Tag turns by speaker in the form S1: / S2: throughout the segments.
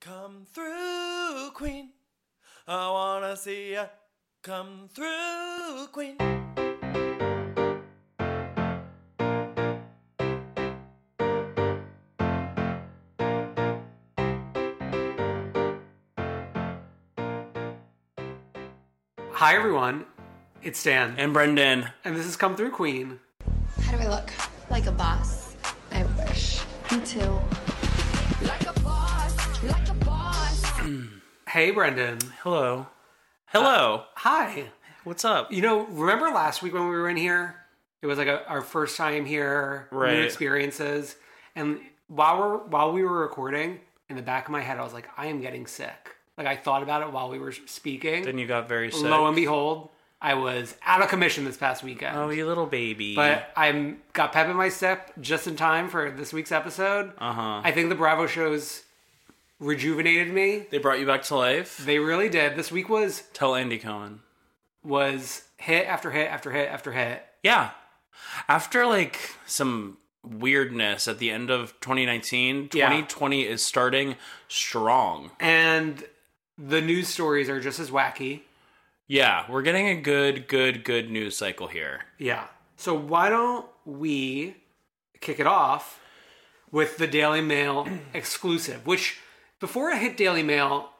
S1: Come through, Queen. I wanna see ya. Come through, Queen.
S2: Hi, everyone. It's Stan.
S1: And Brendan.
S2: And this is Come Through Queen.
S3: How do I look? Like a boss. I wish. Me too. Like a boss. Like a boss.
S2: Hey, Brendan.
S1: Hello. Hello.
S2: Hi.
S1: What's up?
S2: You know, remember last week when we were in here? It was like a, our first time here,
S1: Right.
S2: new experiences. And while we're while we were recording, in the back of my head, I was like, I am getting sick. Like I thought about it while we were speaking.
S1: Then you got very sick.
S2: Lo and behold, I was out of commission this past weekend.
S1: Oh, you little baby.
S2: But I got pep in my step just in time for this week's episode.
S1: Uh-huh.
S2: I think the Bravo shows rejuvenated me.
S1: they brought you back to life.
S2: They really did. This week was
S1: Tell Andy Cohen.
S2: was hit after hit after hit after hit.
S1: Yeah. After like some weirdness at the end of 2019,
S2: Yeah.
S1: 2020 is starting strong.
S2: And the news stories are just as wacky.
S1: Yeah, we're getting a good, good, good news cycle here.
S2: Yeah. So why don't we kick it off with the Daily Mail exclusive, which before it hit Daily Mail,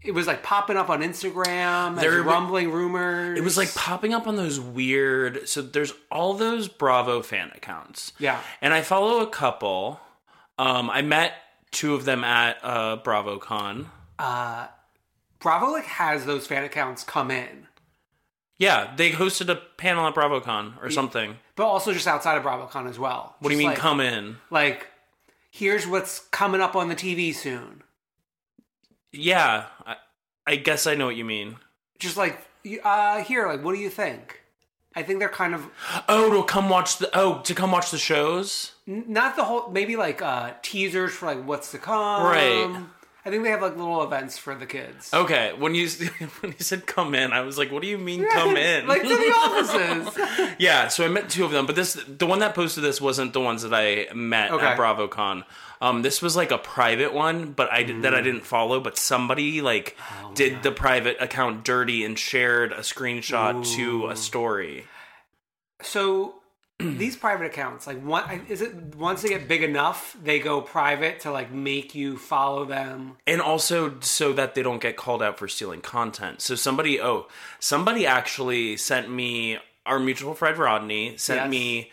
S2: it was like popping up on Instagram, there
S1: There
S2: were
S1: were-
S2: rumbling rumors.
S1: It was like popping up on those weird. So there's all those Bravo fan accounts.
S2: Yeah.
S1: And I follow a couple. Um, I met two of them at uh, BravoCon.
S2: Uh, Bravo like has those fan accounts come in,
S1: Yeah, they hosted a panel at BravoCon or something.
S2: but also just outside of BravoCon as well.
S1: What do you
S2: Just
S1: mean
S2: like-
S1: come in?
S2: Like, here's what's coming up on the TV soon.
S1: Yeah, I, I guess I know what you mean.
S2: Just like, you- uh, here, like, what do you think? I think they're kind of
S1: Oh, to come watch the oh to come watch the shows.
S2: n- not the whole. Maybe like uh, teasers for like what's to come.
S1: Right.
S2: I think they have like little events for the kids.
S1: Okay, when you when you said come in, I was like, what do you mean come in?
S2: like to the offices.
S1: Yeah, so I met two of them, but this the one that posted this wasn't the ones that I met
S2: Okay.
S1: at BravoCon. Um, this was like a private one, but I did, that I didn't follow. But somebody like did the private account dirty and shared a screenshot to a story.
S2: so these private accounts, like one, I- is it once they get big enough, they go private to like make you follow them.
S1: and also so that they don't get called out for stealing content. So somebody, oh, somebody actually sent me our mutual friend Rodney sent
S2: Yes.
S1: me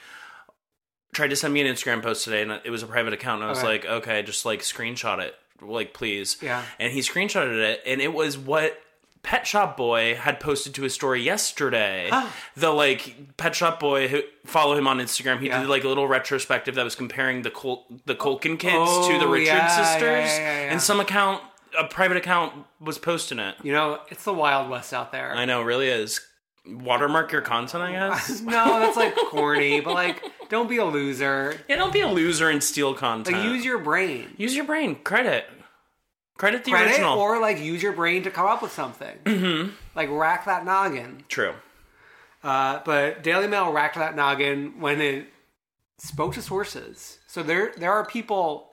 S1: tried to send me an Instagram post today, and it was a private account, and I was
S2: Alright.
S1: like, okay, just like screenshot it, like please.
S2: Yeah.
S1: And he screenshotted it, and it was what Pet Shop Boy had posted to his story yesterday. The like Pet Shop Boy who follow him on Instagram. He
S2: Yeah.
S1: did like a little retrospective that was comparing the Col- the Colkin kids to the
S2: Oh,
S1: Richard
S2: yeah, yeah,
S1: sisters,
S2: yeah, yeah, yeah.
S1: and some account, a private account, was posting it.
S2: You know, it's the Wild West out there.
S1: I know, really is. Watermark your content, I guess.
S2: no, that's like corny, but like, don't be a loser.
S1: yeah, don't be a loser and steal content.
S2: Like, use your brain.
S1: Use your brain. Credit. Credit the
S2: Credit
S1: original.
S2: or like use your brain to come up with something. Mm-hmm. Like rack that noggin.
S1: True.
S2: Uh, but Daily Mail racked that noggin when it spoke to sources. So there there are people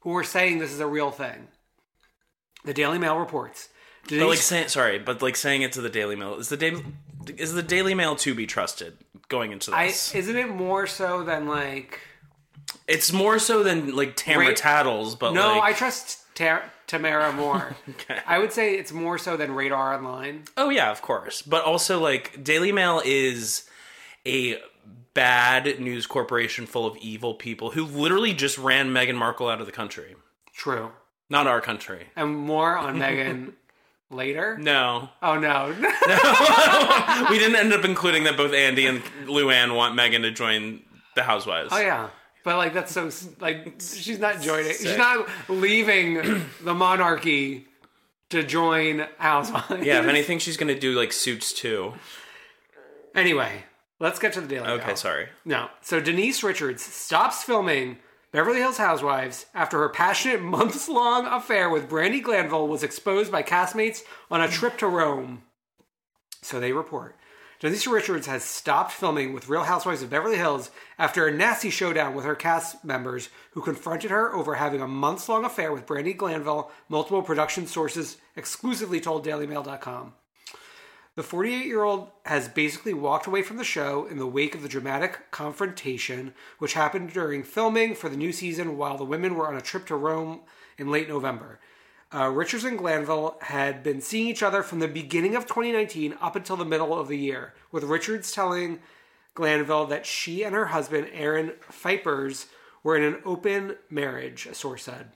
S2: who are saying this is a real thing. The Daily Mail reports. Denise,
S1: But like saying sorry, but like saying it to the Daily Mail is the Daily is the Daily Mail to be trusted going into
S2: I,
S1: this.
S2: isn't it more so than like?
S1: it's more so than like Tamra
S2: Ra-
S1: Tattles, but
S2: no,
S1: like,
S2: I trust Tar- Tamara more. I would say it's more so than Radar Online.
S1: Oh yeah, of course. But also like Daily Mail is a bad news corporation full of evil people who literally just ran Meghan Markle out of the country.
S2: True,
S1: Not our country.
S2: and more on Megan later.
S1: No.
S2: Oh no,
S1: we didn't end up including that both Andy and Luann want Megan to join the Housewives.
S2: Oh yeah, but like that's so like she's not joining. She's
S1: Sick.
S2: not leaving the monarchy to join Housewives.
S1: Yeah, if anything, she's gonna do like Suits too.
S2: Anyway, let's get to the Daily.
S1: Okay,
S2: Mail.
S1: sorry.
S2: No. So Denise Richards stops filming Beverly Hills Housewives after her passionate months-long affair with Brandy Glanville was exposed by castmates on a trip to Rome. So they report. Denise Richards has stopped filming with Real Housewives of Beverly Hills after a nasty showdown with her cast members who confronted her over having a months long affair with Brandy Glanville, multiple production sources exclusively told DailyMail.com. The 48 year old has basically walked away from the show in the wake of the dramatic confrontation, which happened during filming for the new season while the women were on a trip to Rome in late November. Uh, Richards and Glanville had been seeing each other from the beginning of 2019 up until the middle of the year, with Richards telling Glanville that she and her husband, Aaron Fipers, were in an open marriage, a source said.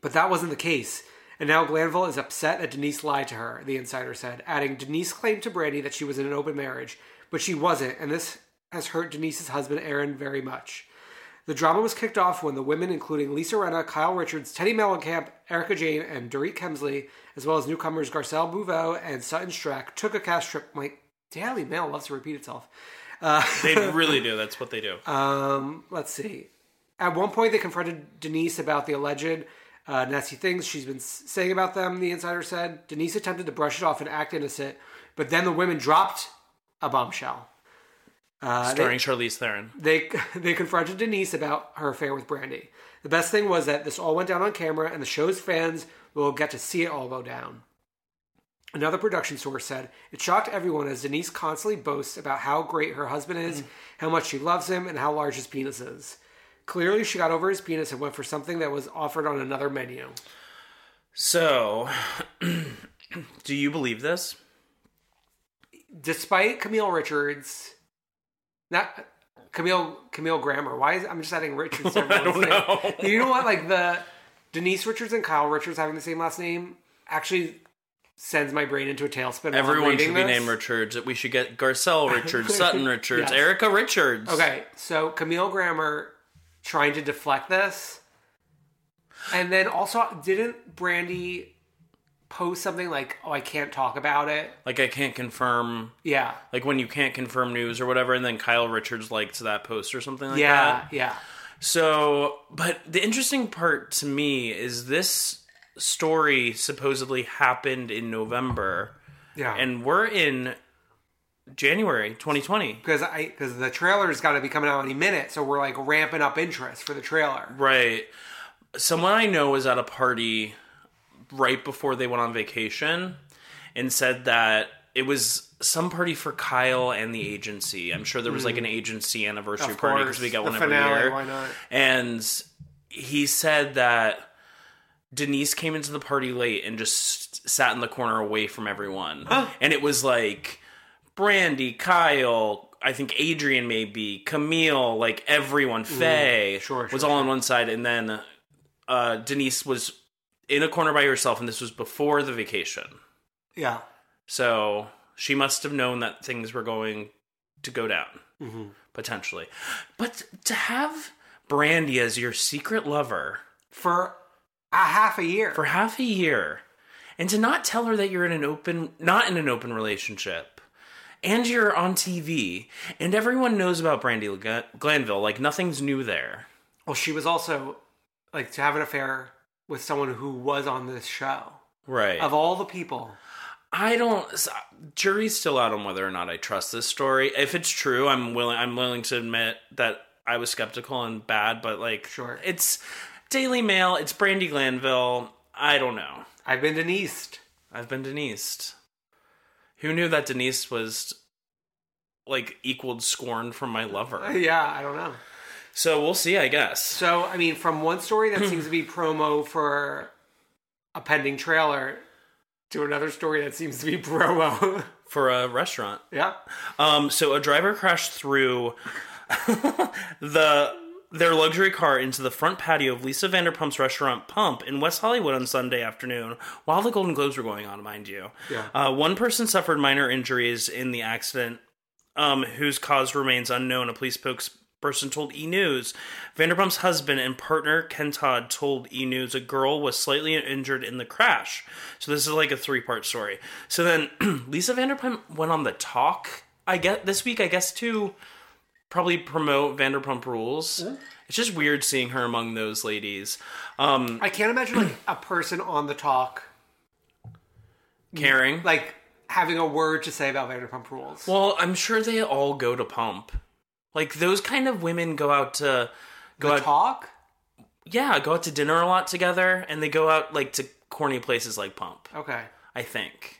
S2: But that wasn't the case. And now Glanville is upset that Denise lied to her, the insider said, adding Denise claimed to Brandy that she was in an open marriage, but she wasn't, and this has hurt Denise's husband, Aaron, very much. The drama was kicked off when the women, including Lisa Renna, Kyle Richards, Teddy Mellencamp, Erica Jane, and Dorit Kemsley, as well as newcomers Garcelle Bouveau and Sutton Strack, took a cast trip. My Daily Mail loves to repeat itself. Uh,
S1: They really do. That's what they do.
S2: Um, let's see. At one point, they confronted Denise about the alleged uh, nasty things she's been s- saying about them, the insider said. Denise attempted to brush it off and act innocent, but then the women dropped a bombshell. Uh, they-
S1: Starring Charlize Theron.
S2: they they confronted Denise about her affair with Brandy. The best thing was that this all went down on camera, and the show's fans will get to see it all go down. Another production source said it shocked everyone as Denise constantly boasts about how great her husband is, how much she loves him, and how large his penis is. Clearly, she got over his penis and went for something that was offered on another menu.
S1: So, do you believe this?
S2: Despite Camille Richards, not Camille Camille Grammer. Why is I'm just adding Richards? to
S1: I don't
S2: everyone's name.
S1: know.
S2: you know what? Like the Denise Richards and Kyle Richards having the same last name actually sends my brain into a tailspin. while I'm
S1: Everyone
S2: reading
S1: should be
S2: this.
S1: named Richards. We should get Garcelle Richards, Sutton Richards,
S2: Yes.
S1: Erica Richards.
S2: Okay, so Camille Grammer trying to deflect this, and then also didn't Brandy post something like, "Oh, I can't talk about it."
S1: Like I can't confirm.
S2: Yeah,
S1: Like when you can't confirm news or whatever, and then Kyle Richards liked that post or something like that.
S2: yeah, yeah.
S1: So, but the interesting part to me is this story supposedly happened in November,
S2: Yeah,
S1: and we're in January 2020.
S2: because I because the trailer's got to be coming out any minute, so we're like ramping up interest for the trailer.
S1: Right. Someone I know was at a party right before they went on vacation and said that it was some party for Kyle and the agency. I'm sure there was like an agency anniversary
S2: Mm. Of
S1: party
S2: course,
S1: because we get
S2: the
S1: one
S2: finale,
S1: every year.
S2: why not?
S1: And he said that Denise came into the party late and just
S2: Oh.
S1: sat in the corner away from everyone. And it was like Brandy, Kyle, I think Adrian maybe Camille, like everyone, Faye
S2: sure,
S1: was
S2: sure,
S1: all on one side, and then uh, Denise was in a corner by herself, and this was before the vacation,
S2: Yeah.
S1: so she must have known that things were going to go down
S2: Mm-hmm.
S1: potentially. But to have Brandy as your secret lover
S2: For a half a year.
S1: for half a year and to not tell her that you're in an open not in an open relationship and you're on TV and everyone knows about Brandy Gla- Glanville like nothing's new there.
S2: well, she was also like to have an affair with someone who was on this show.
S1: Right.
S2: Of all the people,
S1: I don't s- jury's still out on whether or not I trust this story. If it's true, I'm willing I'm willing to admit that I was skeptical and bad, but like
S2: Sure.
S1: it's Daily Mail, it's Brandy Glanville. I don't know.
S2: I've been to E East.
S1: I've been Denise. Who knew that Denise was like equaled scorn from my lover?
S2: Yeah, I don't know.
S1: So we'll see, I guess.
S2: So, I mean, from one story that seems to be promo for a pending trailer to another story that seems to be promo.
S1: For a restaurant.
S2: yeah.
S1: Um, so a driver crashed through the their luxury car into the front patio of Lisa Vanderpump's restaurant Pump in West Hollywood on Sunday afternoon while the Golden Globes were going on, mind you.
S2: Yeah.
S1: Uh, one person suffered minor injuries in the accident, um, whose cause remains unknown. A police spokesperson told E! News. Vanderpump's husband and partner, Ken Todd, told E! News a girl was slightly injured in the crash. So this is like a three-part story. So then Lisa Vanderpump went on The Talk, I get this week, I guess, to probably promote Vanderpump Rules. It's just weird seeing her among those ladies. Um,
S2: I can't imagine like a person on the talk
S1: caring.
S2: like having a word to say about Vanderpump Rules.
S1: Well, I'm sure they all go to pump. Like those kind of women go out to go
S2: the
S1: out
S2: talk.
S1: yeah, go out to dinner a lot together and they go out like to corny places like pump,
S2: Okay.
S1: I think.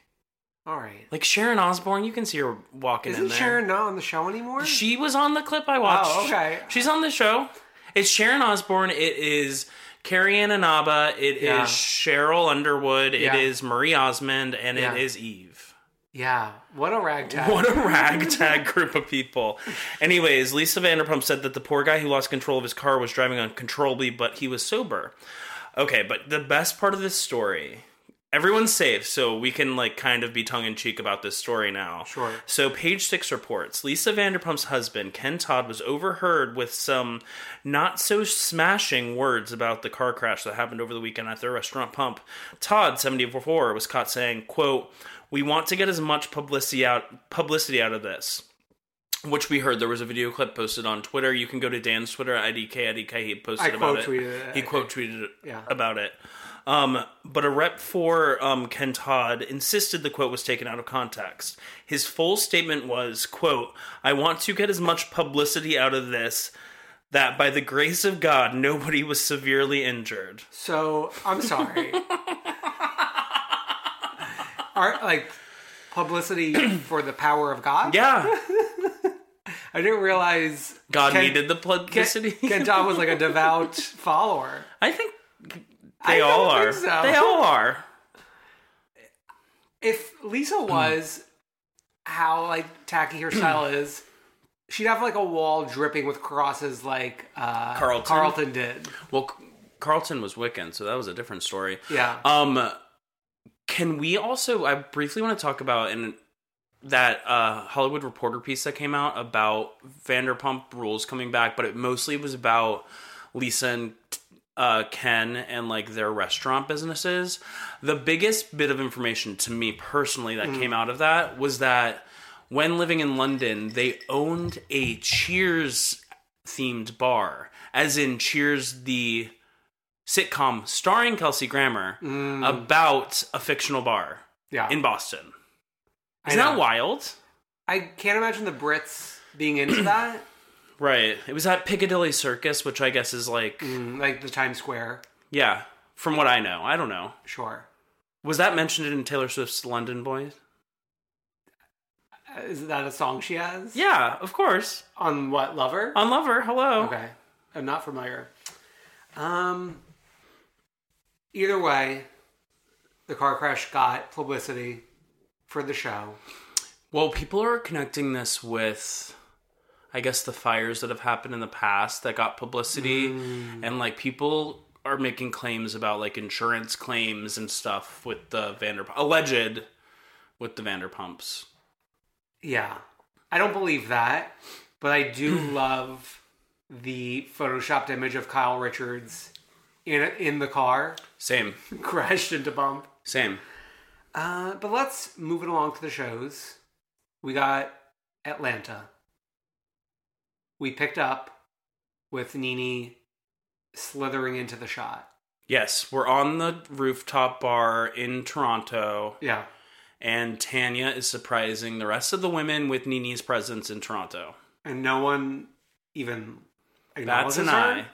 S2: All right.
S1: Like Sharon Osbourne, you can see her walking in
S2: Isn't
S1: there.
S2: Sharon not on the show anymore?
S1: She was on the clip I watched.
S2: Oh, okay.
S1: She's on the show. It's Sharon Osbourne. It is Carrie Ann Inaba. It is
S2: Yeah.
S1: Cheryl Underwood.
S2: Yeah.
S1: It is Marie Osmond, and
S2: Yeah.
S1: it is Eve.
S2: yeah. What a ragtag.
S1: What a ragtag group of people. Anyways, Lisa Vanderpump said that the poor guy who lost control of his car was driving uncontrollably, but he was sober. Okay, but the best part of this story. Everyone's safe, so we can like kind of be tongue in cheek about this story now.
S2: Sure.
S1: So page six reports Lisa Vanderpump's husband, Ken Todd, was overheard with some not so smashing words about the car crash that happened over the weekend at their restaurant pump. Todd, 74, was caught saying, quote, We want to get as much publicity out publicity out of this. Which we heard there was a video clip posted on Twitter. You can go to Dan's Twitter, IDK, IDK, he posted
S2: I
S1: about it.
S2: quote-tweeted it, I
S1: He
S2: think.
S1: quote tweeted
S2: Yeah.
S1: about it. Um, but a rep for um, Ken Todd insisted the quote was taken out of context. His full statement was, quote, I want to get as much publicity out of this that by the grace of God, nobody was severely injured.
S2: So I'm sorry. Are like publicity for the power of God?
S1: Yeah,
S2: I didn't realize
S1: God
S2: Ken-
S1: needed the publicity.
S2: Ken, Ken Todd was like a devout follower.
S1: I think
S2: I
S1: they
S2: don't
S1: all
S2: think
S1: are.
S2: so.
S1: They all are.
S2: If Lisa was how like tacky her style is, she'd have like a wall dripping with crosses like uh,
S1: Carlton.
S2: Carlton did.
S1: Well, C- Carlton was Wiccan, so that was a different story.
S2: Yeah.
S1: Um, can we also? I briefly want to talk about and that uh, Hollywood Reporter piece that came out about Vanderpump Rules coming back, but it mostly was about Lisa and uh, Ken and like their restaurant businesses. The biggest bit of information to me personally that came out of that was that when living in London, they owned a Cheers themed bar, as in Cheers the sitcom starring Kelsey Grammer
S2: Mm.
S1: about a fictional bar
S2: Yeah.
S1: in Boston.
S2: I
S1: Isn't that
S2: know.
S1: wild?
S2: I can't imagine the Brits being into that.
S1: Right. It was at Piccadilly Circus, which I guess is like,
S2: Mm, like the Times Square.
S1: yeah, from what I know. I don't know.
S2: Sure.
S1: Was that mentioned in Taylor Swift's London Boys?
S2: Uh, Is that a song she has?
S1: Yeah, Uh, of course.
S2: On what, Lover?
S1: On Lover, hello.
S2: Okay. I'm not familiar. Um either way, the car crash got publicity for the show.
S1: Well, people are connecting this with I guess, the fires that have happened in the past that got publicity,
S2: Mm.
S1: and like people are making claims about like insurance claims and stuff with the Vanderpump alleged with the Vanderpumps.
S2: Yeah. I don't believe that, but I do love the photoshopped image of Kyle Richards in in the car
S1: Same,
S2: crashed into bump.
S1: same.
S2: Uh, but let's move it along to the shows. We got Atlanta. We picked up with Nini slithering into the shot.
S1: Yes, we're on the rooftop bar in Toronto,
S2: Yeah.
S1: and Tanya is surprising the rest of the women with Nini's presence in Toronto.
S2: And no one even
S1: That's
S2: acknowledges
S1: an
S2: her.
S1: eye.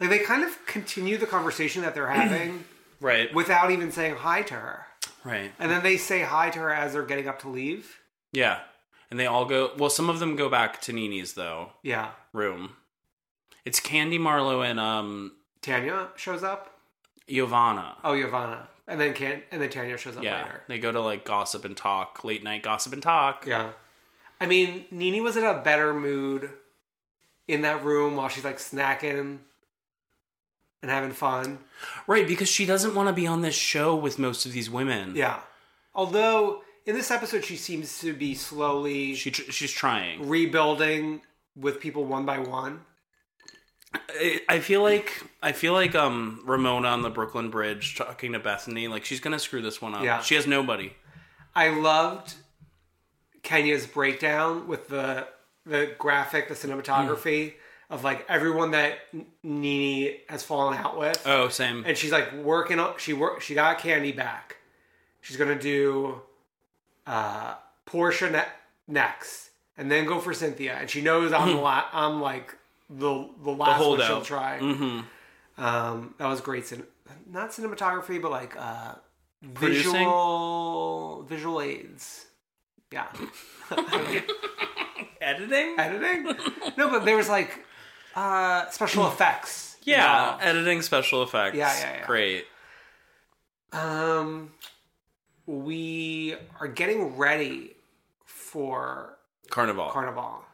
S2: Like they kind of continue the conversation that they're having
S1: Right.
S2: without even saying hi to her.
S1: Right.
S2: And then they say hi to her as they're getting up to leave.
S1: Yeah. And they all go, well, some of them go back to Nini's, though,
S2: Yeah.
S1: room. It's Candy Marlowe and um,
S2: Tanya shows up.
S1: Giovanna.
S2: Oh, Giovanna. And then can and then Tanya shows up
S1: yeah.
S2: later.
S1: They go to like gossip and talk, late night gossip and talk.
S2: Yeah. I mean, Nini was in a better mood in that room while she's like snacking and having fun.
S1: Right, because she doesn't want to be on this show with most of these women.
S2: Yeah. Although in this episode she seems to be slowly
S1: She tr- she's trying.
S2: rebuilding with people one by one.
S1: I- I feel like I feel like um Ramona on the Brooklyn Bridge talking to Bethany, like she's gonna screw this one up.
S2: Yeah.
S1: She has nobody.
S2: I loved Kenya's breakdown with the the graphic, the cinematography of like everyone that N- Nini has fallen out with,
S1: Oh, same.
S2: and she's like working. on She work. She got Candy back. She's gonna do uh, Portia ne- next, and then go for Cynthia. And she knows I'm the la- I'm like the the last one she'll
S1: Hmm. holdout. Mm-hmm.
S2: try. Um, that was great. Cin- not cinematography, but like uh,
S1: Producing?
S2: visual visual aids. Yeah,
S1: Editing?
S2: editing. No, but there was like uh, special effects.
S1: Yeah, editing special effects.
S2: Yeah, yeah, yeah.
S1: Great.
S2: Um, we are getting ready for
S1: Carnival.
S2: Carnival,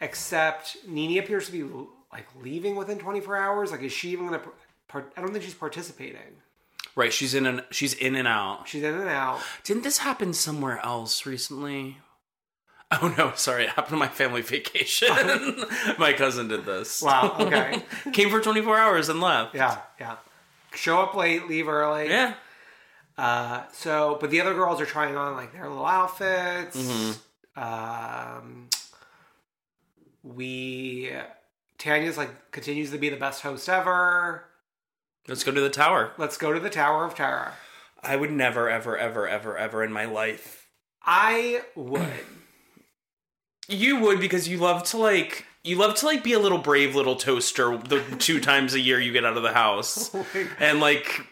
S2: except Nini appears to be like leaving within 24 hours. Like, is she even gonna? Part- I don't think she's participating.
S1: right, she's in and she's in and out.
S2: She's in and out.
S1: Didn't this happen somewhere else recently? Oh no, sorry, it happened on my family vacation. my cousin did this.
S2: Wow. Okay.
S1: Came for twenty four hours and left.
S2: yeah. Yeah. Show up late, leave early.
S1: Yeah.
S2: Uh, so, but the other girls are trying on like their little outfits. Um, we Tanya's like continues to be the best host ever.
S1: Let's go to the tower.
S2: Let's go to the Tower of Terror.
S1: I would never, ever, ever, ever, ever in my life
S2: I would.
S1: You would because you love to like you love to like be a little brave little toaster the two times a year you get out of the house
S2: Oh
S1: and like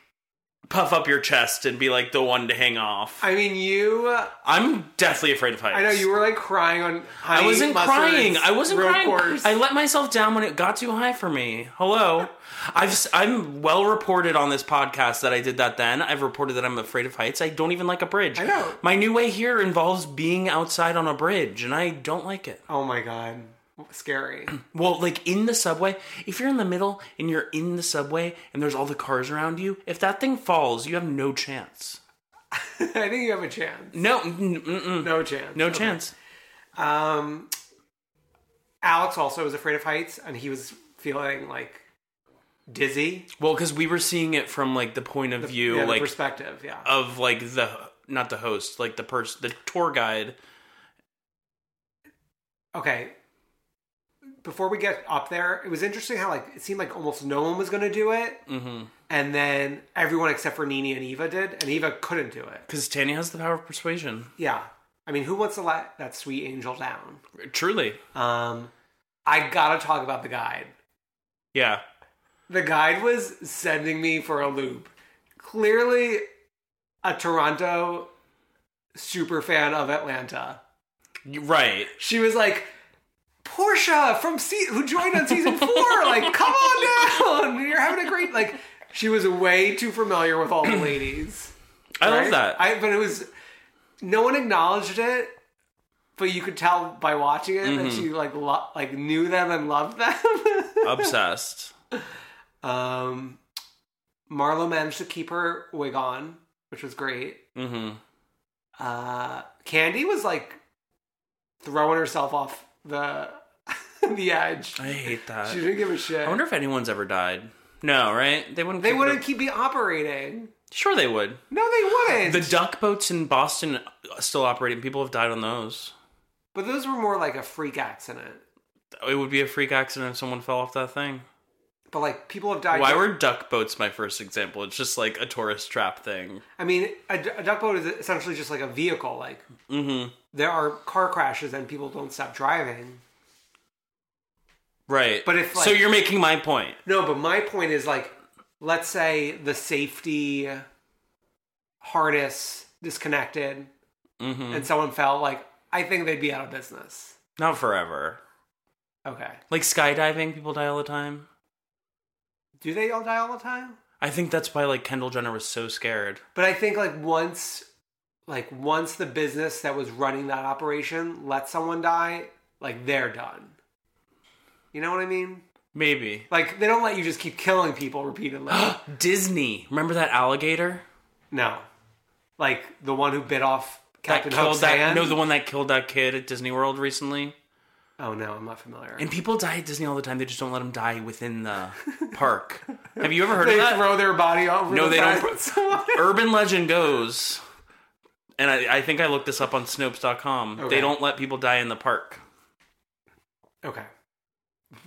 S1: puff up your chest and be like the one to hang off.
S2: I mean, you. uh,
S1: I'm deathly afraid of heights.
S2: I know you were like crying on.
S1: I
S2: honey
S1: wasn't
S2: mustard
S1: crying.
S2: and
S1: I wasn't
S2: road
S1: crying.
S2: course.
S1: I let myself down when it got too high for me. Hello, I've s- I'm well reported on this podcast that I did that. Then I've reported that I'm afraid of heights. I don't even like a bridge.
S2: I know.
S1: My new way here involves being outside on a bridge, and I don't like it.
S2: oh my god, scary.
S1: Well, like in the subway, if you're in the middle and you're in the subway and there's all the cars around you, if that thing falls, you have no chance.
S2: I think you have a chance.
S1: No, mm, mm, mm,
S2: No chance.
S1: no
S2: Okay.
S1: chance.
S2: Um, Alex also was afraid of heights, and he was feeling like dizzy.
S1: Well, because we were seeing it from like the point of view,
S2: yeah, the
S1: like
S2: perspective. Yeah.
S1: of like the not the host, like the person, the tour guide.
S2: okay. Before we get up there, it was interesting how like it seemed like almost no one was going to do it,
S1: Mm-hmm.
S2: and then everyone except for Nini and Eva did, and Eva couldn't do it.
S1: Because Tanya has the power of persuasion.
S2: Yeah. I mean, who wants to let that sweet angel down?
S1: Truly,
S2: Um, I gotta talk about the guide.
S1: yeah.
S2: The guide was sending me for a loop. Clearly, a Toronto super fan of Atlanta.
S1: You- Right.
S2: She was like, Portia from se- who joined on season four. Like, come on down. You're having a great like. She was way too familiar with all the ladies.
S1: I
S2: right?
S1: love that.
S2: I but it was no one acknowledged it, but you could tell by watching it that
S1: Mm-hmm.
S2: she like lo- like knew them and loved them.
S1: Obsessed.
S2: um, Marlo managed to keep her wig on, which was great.
S1: Mm-hmm.
S2: Uh, Candy was like throwing herself off the the edge.
S1: I hate that.
S2: She didn't give a shit.
S1: I wonder if anyone's ever died. No, right? They wouldn't.
S2: they
S1: keep it
S2: wouldn't
S1: up-
S2: keep me operating.
S1: Sure, they would.
S2: No, they wouldn't.
S1: The duck boats in Boston still operating. People have died on those.
S2: but those were more like a freak accident.
S1: It would be a freak accident if someone fell off that thing.
S2: But like people have died.
S1: Why were duck boats my first example? It's just like a tourist trap thing.
S2: I mean, a, d- a duck boat is essentially just like a vehicle. Like
S1: Mm-hmm.
S2: there are car crashes and people don't stop driving.
S1: Right.
S2: But if,
S1: so,
S2: like-
S1: you're making my point.
S2: No, but my point is like, let's say the safety harness disconnected
S1: Mm-hmm.
S2: and someone fell. Like I think they'd be out of business.
S1: Not forever.
S2: Okay.
S1: Like skydiving, people die all the time.
S2: Do they all die all the time?
S1: I think that's why like Kendall Jenner was so scared.
S2: But I think like once, like once the business that was running that operation let someone die, like they're done. You know what I mean?
S1: Maybe.
S2: Like they don't let you just keep killing people repeatedly.
S1: Disney. Remember that alligator?
S2: no, like the one who bit off Captain
S1: that killed
S2: Hook's
S1: that
S2: hand.
S1: no the one that killed that kid at Disney World recently.
S2: Oh no, I'm not familiar.
S1: And people die at Disney all the time. They just don't let them die within the park. Have you ever heard of
S2: they
S1: that?
S2: throw their body over.
S1: No, they
S2: the
S1: don't
S2: fence.
S1: Urban legend goes, and I, I think I looked this up on Snopes.com.
S2: Okay.
S1: They don't let people die in the park.
S2: okay,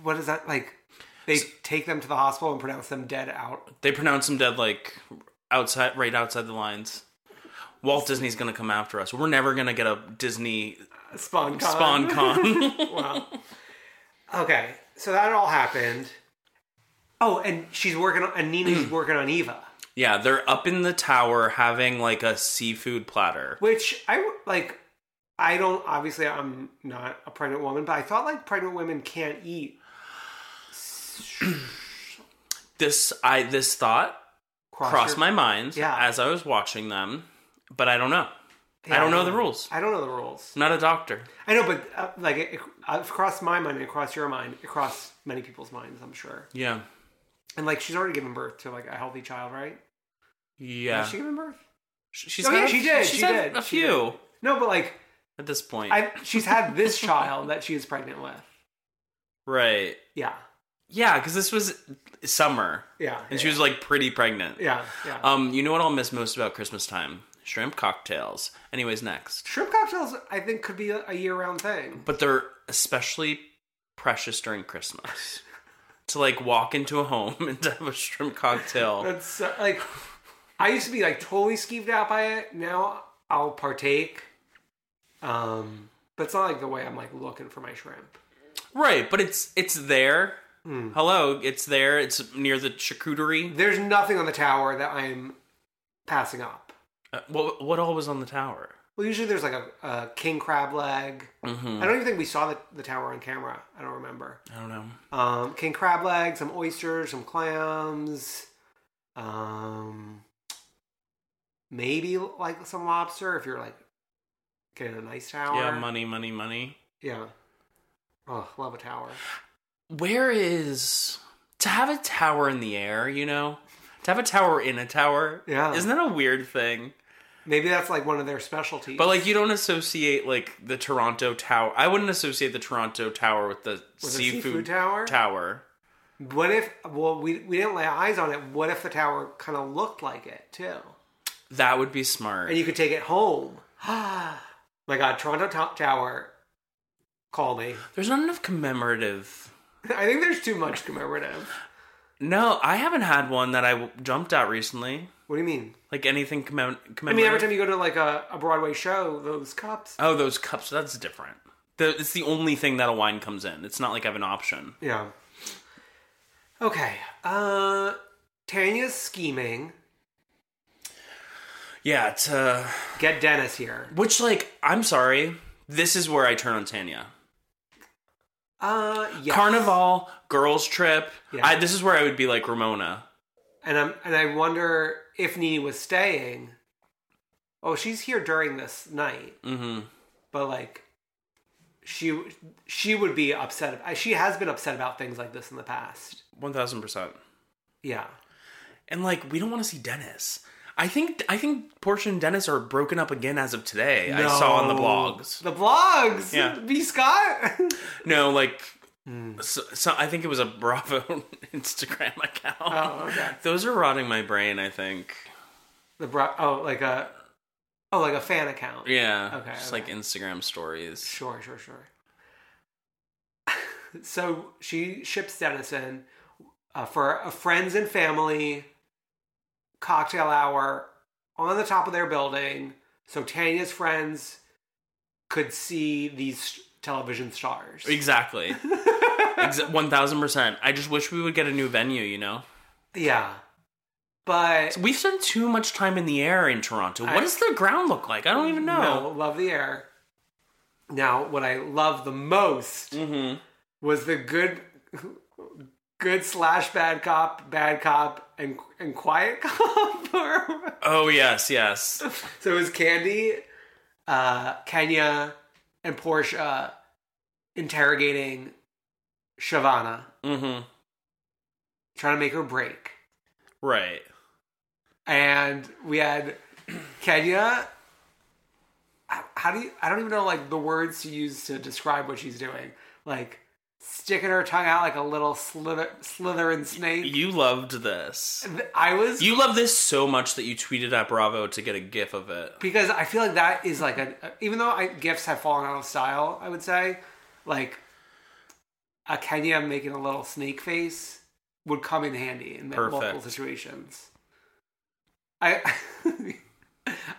S2: what is that like? They take them to the hospital and pronounce them dead out.
S1: They pronounce them dead like outside, right outside the lines. Walt Disney's gonna come after us. We're never gonna get a Disney
S2: Spawn con.
S1: spawn con.
S2: wow. Okay, so that all happened. Oh, and she's working on, and
S1: Mm.
S2: Nina's working on Eva,
S1: yeah, they're up in the tower having like a seafood platter.
S2: which I w- like. I don't obviously I'm not a pregnant woman, but I thought like pregnant women can't eat
S1: This I this thought
S2: cross,
S1: crossed
S2: your-
S1: my mind
S2: Yeah.
S1: as I was watching them, but I don't know. I don't know the rules.
S2: I don't know the rules.
S1: I'm not a doctor.
S2: I know, but uh, like it, it, uh, it crossed my mind, and it crossed your mind, it crossed many people's minds, I'm sure.
S1: Yeah,
S2: And like she's already given birth to like a healthy child, right?
S1: yeah.
S2: Has she given birth?
S1: She's
S2: Oh,
S1: had
S2: yeah,
S1: a-
S2: she did,
S1: She's
S2: she
S1: had
S2: did,
S1: a
S2: she did.
S1: few
S2: No, but like
S1: at this point,
S2: I, she's had this child that she is pregnant with.
S1: right?
S2: Yeah,
S1: Yeah, because this was summer,
S2: yeah,
S1: and she was like pretty pregnant.
S2: yeah, yeah.
S1: Um, you know what I'll miss most about Christmas time? Shrimp cocktails. Anyways, next.
S2: Shrimp cocktails, I think, could be a a year-round thing.
S1: But they're especially precious during Christmas. to like walk into a home and to have a shrimp cocktail.
S2: That's uh, like, I used to be like totally skeeved out by it. Now I'll partake. Um, but it's not like the way I'm like looking for my shrimp.
S1: right, but it's it's there. Hmm. Hello, it's there. It's near the charcuterie.
S2: There's nothing on the tower that I'm passing up.
S1: Uh, what what all was on the tower?
S2: Well, usually there's like a, a king crab leg.
S1: Mhm.
S2: I don't even think we saw the, the tower on camera. I don't remember.
S1: I don't know.
S2: um, king crab legs, some oysters, some clams, um, maybe like some lobster if you're like getting a nice tower.
S1: Yeah, money, money, money.
S2: Yeah. Oh, love a tower.
S1: where is to have a tower in the air you know to have a tower in a tower
S2: Yeah.
S1: isn't that a weird thing
S2: Maybe that's like one of their specialties.
S1: but like you don't associate like the toronto tower i wouldn't associate the toronto tower with the
S2: With the
S1: seafood,
S2: seafood tower?
S1: tower
S2: what if? Well, we we didn't lay eyes on it. What if the tower kind of looked like it too?
S1: that would be smart
S2: And you could take it home. My God, Toronto to- Tower. Call me.
S1: there's not enough commemorative
S2: I think there's too much commemorative.
S1: no i haven't had one that i w- jumped at recently
S2: What do you mean?
S1: like anything commem-
S2: I mean,
S1: commemorative
S2: every time you go to like a, a Broadway show, those cups.
S1: oh those cups that's different the, it's the only thing that a wine comes in it's not like i have an option
S2: Yeah. Okay. Uh, Tanya's scheming.
S1: yeah it's uh
S2: Get Dennis here.
S1: Which, like, I'm sorry, this is where I turn on Tanya.
S2: Uh, yes.
S1: Carnival, girls' trip.
S2: Yeah.
S1: I, this is where I would be like Ramona.
S2: And I'm and I wonder if Nini was staying. Oh, she's here during this night,
S1: hmm
S2: but like she she would be upset. uh, She has been upset about things like this in the past.
S1: One thousand percent.
S2: Yeah.
S1: And like, we don't want to see Dennis. I think I think Portia and Dennis are broken up again as of today. I saw on the
S2: No.
S1: blogs.
S2: The blogs.
S1: Yeah.
S2: B Scott.
S1: No, like,
S2: Hmm.
S1: so, so I think it was a Bravo Instagram account.
S2: Oh, okay.
S1: Those are rotting my brain. I think.
S2: the bro- oh like a oh like a fan account.
S1: Yeah.
S2: Okay,
S1: Just
S2: okay.
S1: like Instagram stories.
S2: Sure, sure, sure. so she ships Denison uh, for a friends and family cocktail hour on the top of their building, so Tanya's friends could see these television stars.
S1: Exactly. Exa- One thousand percent. I just wish we would get a new venue. You know,
S2: Yeah, but
S1: So we've spent too much time in the air in Toronto.
S2: I-
S1: what does the ground look like? I don't even
S2: no,
S1: know.
S2: love the air. Now, what I love the most
S1: hmm
S2: was the good good slash bad cop, bad cop, and and quiet cop.
S1: Oh yes, yes.
S2: so it was Candy, uh, Kenya, and Portia interrogating Shavana,
S1: hmm
S2: trying to make her break.
S1: Right.
S2: And we had Kenya. How do you? I don't even know like the words to use to describe what she's doing. Like sticking her tongue out like a little slither, slithering snake.
S1: You loved this.
S2: I was
S1: You love this so much that you tweeted at Bravo to get a gif of it.
S2: because I feel like that is like a even though I, gifts have fallen out of style, I would say like a Kenya making a little snake face would come in handy in multiple
S1: Perfect.
S2: situations. I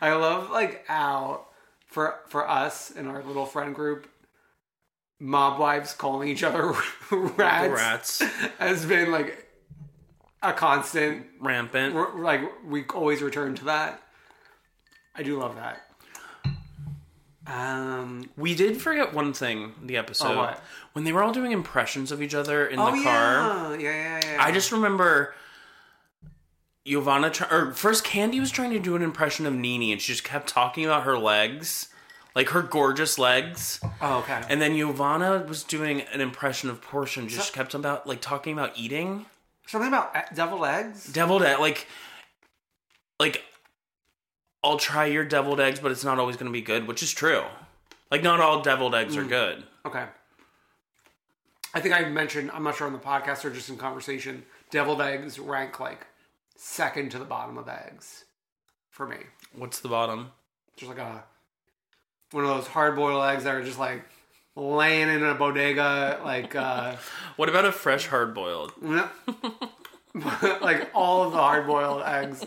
S2: I love like Al for for us in our little friend group. Mob wives calling each other
S1: The
S2: rats,
S1: rats
S2: has been like a constant.
S1: rampant.
S2: We're, like we always return to that. I do love that. Um,
S1: We did forget one thing the episode
S2: Oh, what?
S1: when they were all doing impressions of each other in
S2: oh
S1: the
S2: yeah.
S1: car.
S2: yeah, yeah, yeah,
S1: I just remember Giovanna tr- or first Candy was trying to do an impression of Nini and she just kept talking about her legs, like her gorgeous legs.
S2: Oh, okay.
S1: And then Giovanna was doing an impression of Portia and just kept about like talking about eating.
S2: Something about e- deviled eggs.
S1: deviled egg like like I'll try your deviled eggs, but it's not always going to be good, which is true. Like not all deviled eggs
S2: Mm.
S1: are good.
S2: Okay. I think I mentioned. I'm not sure on the podcast or just in conversation. Deviled eggs rank like second to the bottom of eggs for me.
S1: What's the bottom?
S2: Just like a one of those hard boiled eggs that are just like laying in a bodega, like. uh
S1: What about a fresh hard boiled?
S2: No. like all of the hard boiled eggs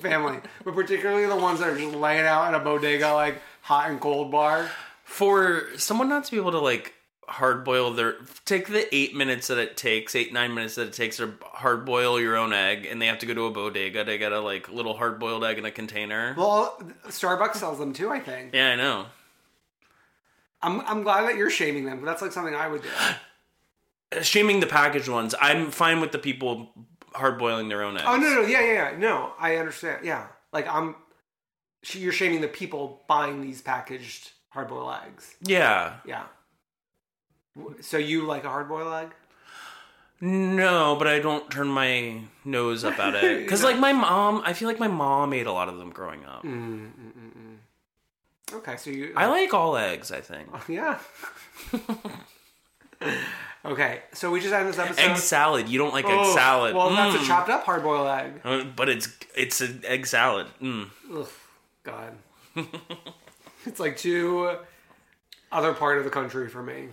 S2: family, but particularly the ones that are just laying out in a bodega, like hot and cold bar.
S1: For someone not to be able to like hard boil their take the 8 minutes that it takes, 8 9 minutes that it takes to hard boil your own egg and they have to go to a bodega to get a like little hard boiled egg in a container.
S2: Well, Starbucks sells them too, I think.
S1: yeah, I know.
S2: I'm, I'm glad that you're shaming them, but that's like something I would do.
S1: Shaming the packaged ones. I'm fine with the people hard boiling their own eggs.
S2: Oh, no, no, yeah, yeah, yeah. No, I understand. Yeah. Like, I'm, sh- you're shaming the people buying these packaged hard boiled eggs.
S1: Yeah.
S2: Yeah. W- So you like a hard boiled egg?
S1: No, but I don't turn my nose up at it because, like, my mom. I feel like my mom ate a lot of them growing up.
S2: Mm. Okay, so you.
S1: I like all eggs. I think
S2: Yeah. okay, so we just end this episode.
S1: egg salad. You don't like egg
S2: Oh,
S1: salad,
S2: Well, that's a
S1: Mm.
S2: chopped up hard boiled egg.
S1: Uh, But it's it's an egg salad. Mm.
S2: Ugh, God. it's like two other part of the country for me.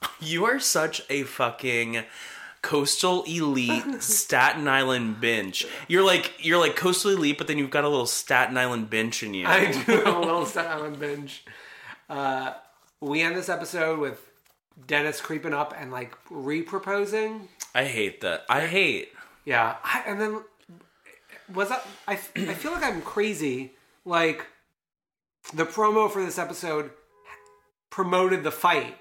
S1: You are such a fucking coastal elite Staten Island bench. You're like you're like coastal elite, but then you've got a little Staten Island bench in you.
S2: I do have a little Staten Island binge. Uh, we end this episode with Dennis creeping up and like re-proposing.
S1: I hate that. I hate.
S2: Yeah, I, and then was that, I? I feel like I'm crazy. Like the promo for this episode promoted the fight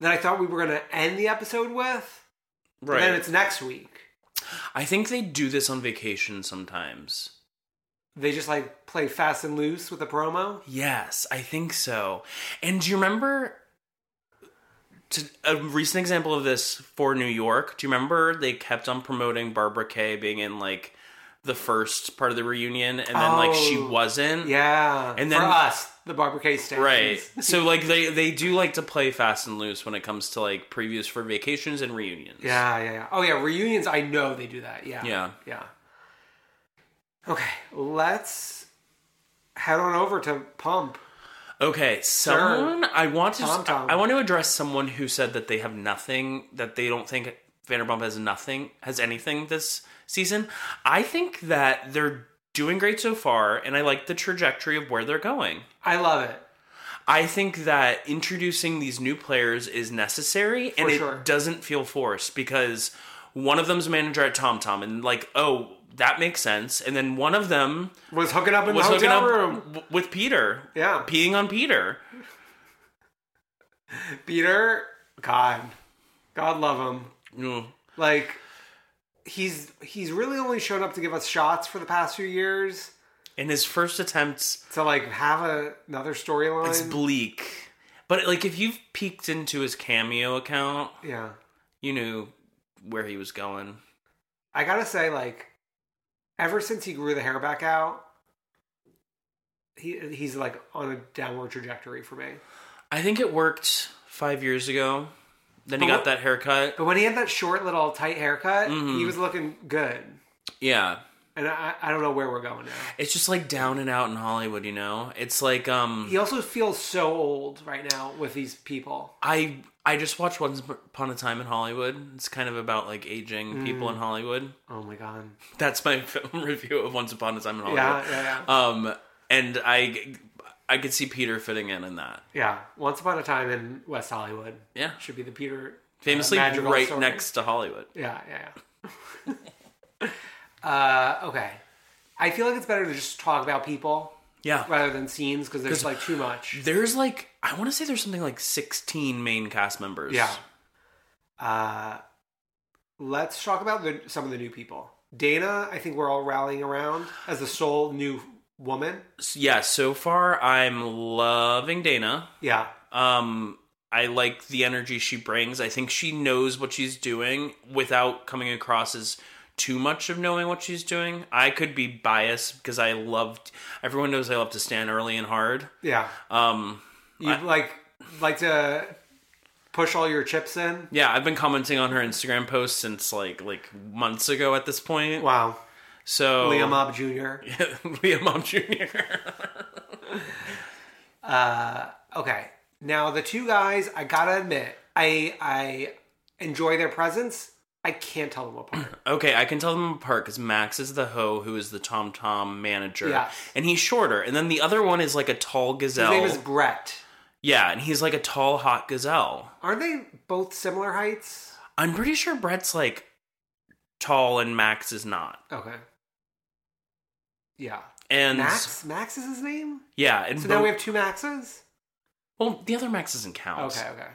S2: that I thought we were going to end the episode with. Right. Then it's next week.
S1: I think they do this on vacation sometimes.
S2: They just like play fast and loose with the promo.
S1: Yes, I think so. And do you remember to, a recent example of this for New York. Do you remember they kept on promoting Barbara Kay being in like the first part of the reunion, and then like she
S2: Oh.
S1: wasn't.
S2: Yeah.
S1: Mm. And then-
S2: for us, the Barbara K stations.
S1: Right. So like they they do like to play fast and loose when it comes to like previews for vacations and reunions.
S2: Yeah, yeah, yeah. Oh yeah, reunions. I know they do that. Yeah.
S1: Yeah.
S2: Yeah. Okay, let's head on over to Pump.
S1: Okay, someone I want to
S2: Tom Tom.
S1: I want to address someone who said that they have nothing that they don't think Vanderpump has nothing has anything this season. I think that they're doing great so far and I like the trajectory of where they're going.
S2: I love it.
S1: I think that introducing these new players is necessary and
S2: sure.
S1: it doesn't feel forced because one of them's a manager at TomTom and like, oh, that makes sense. And then one of them
S2: Was hooking up in
S1: was
S2: the
S1: hooking
S2: hotel
S1: up
S2: room.
S1: w- with Peter.
S2: Yeah.
S1: Peeing on Peter.
S2: Peter, God, God love him.
S1: Mm.
S2: Like he's he's really only shown up to give us shots for the past few years
S1: In his first attempts,
S2: to like have a, another
S1: it's
S2: storyline.
S1: bleak. But like if you've peeked into his cameo account,
S2: yeah.
S1: you knew where he was going.
S2: I gotta say, like, ever since he grew the hair back out, he he's like on a downward trajectory for me.
S1: I think it worked five years ago. Then he
S2: But
S1: got
S2: what-
S1: that haircut.
S2: But when he had that short little tight haircut,
S1: Mm-hmm.
S2: he was looking good.
S1: Yeah.
S2: And I, I don't know where we're going now.
S1: It's just like down and out in Hollywood, you know? It's like um
S2: He also feels so old right now with these people.
S1: I I just watched Once Upon a Time in Hollywood. It's kind of about like aging
S2: Mm.
S1: people in Hollywood.
S2: Oh my god.
S1: That's my film review of Once Upon a Time in
S2: Yeah,
S1: Hollywood.
S2: yeah, yeah.
S1: Um and I I could see Peter fitting in in that.
S2: yeah. Once upon a time in West Hollywood.
S1: Yeah.
S2: Should be the Peter uh,
S1: Famously
S2: Madrigal
S1: right
S2: story.
S1: next to Hollywood.
S2: Yeah, yeah, yeah. uh, okay. I feel like it's better to just talk about people
S1: Yeah.
S2: rather than scenes because there's like too much.
S1: There's like I want to say there's something like 16 main cast members.
S2: Yeah. Uh, let's talk about the, some of the new people. Dana, I think we're all rallying around as the sole new woman.
S1: S- Yeah, so far I'm loving Dana.
S2: Yeah,
S1: Um, I like the energy she brings. I think she knows what she's doing without coming across as too much of knowing what she's doing. I could be biased because I loved. Everyone knows I love to stand early and hard.
S2: yeah.
S1: Um,
S2: You like like to push all your chips in.
S1: yeah, I've been commenting on her Instagram posts since like like months ago at this point.
S2: Wow,
S1: So
S2: Liam Mob Jr.
S1: Leah Mom Jr.
S2: Okay, now the two guys. I gotta admit, I I enjoy their presence. I can't tell them apart.
S1: Okay, I can tell them apart because Max is the hoe who is the Tom Tom manager,
S2: Yes.
S1: and he's shorter. And then the other one is like a tall
S2: His
S1: gazelle.
S2: name is Brett.
S1: yeah, and he's like a tall hot gazelle.
S2: Aren't they both similar heights?
S1: I'm pretty sure Brett's like tall and Max is not.
S2: Okay. Yeah.
S1: And
S2: Max? Max is his name?
S1: yeah, and
S2: So now
S1: bo-
S2: we have two Maxes?
S1: well, the other Max doesn't count.
S2: Okay, okay.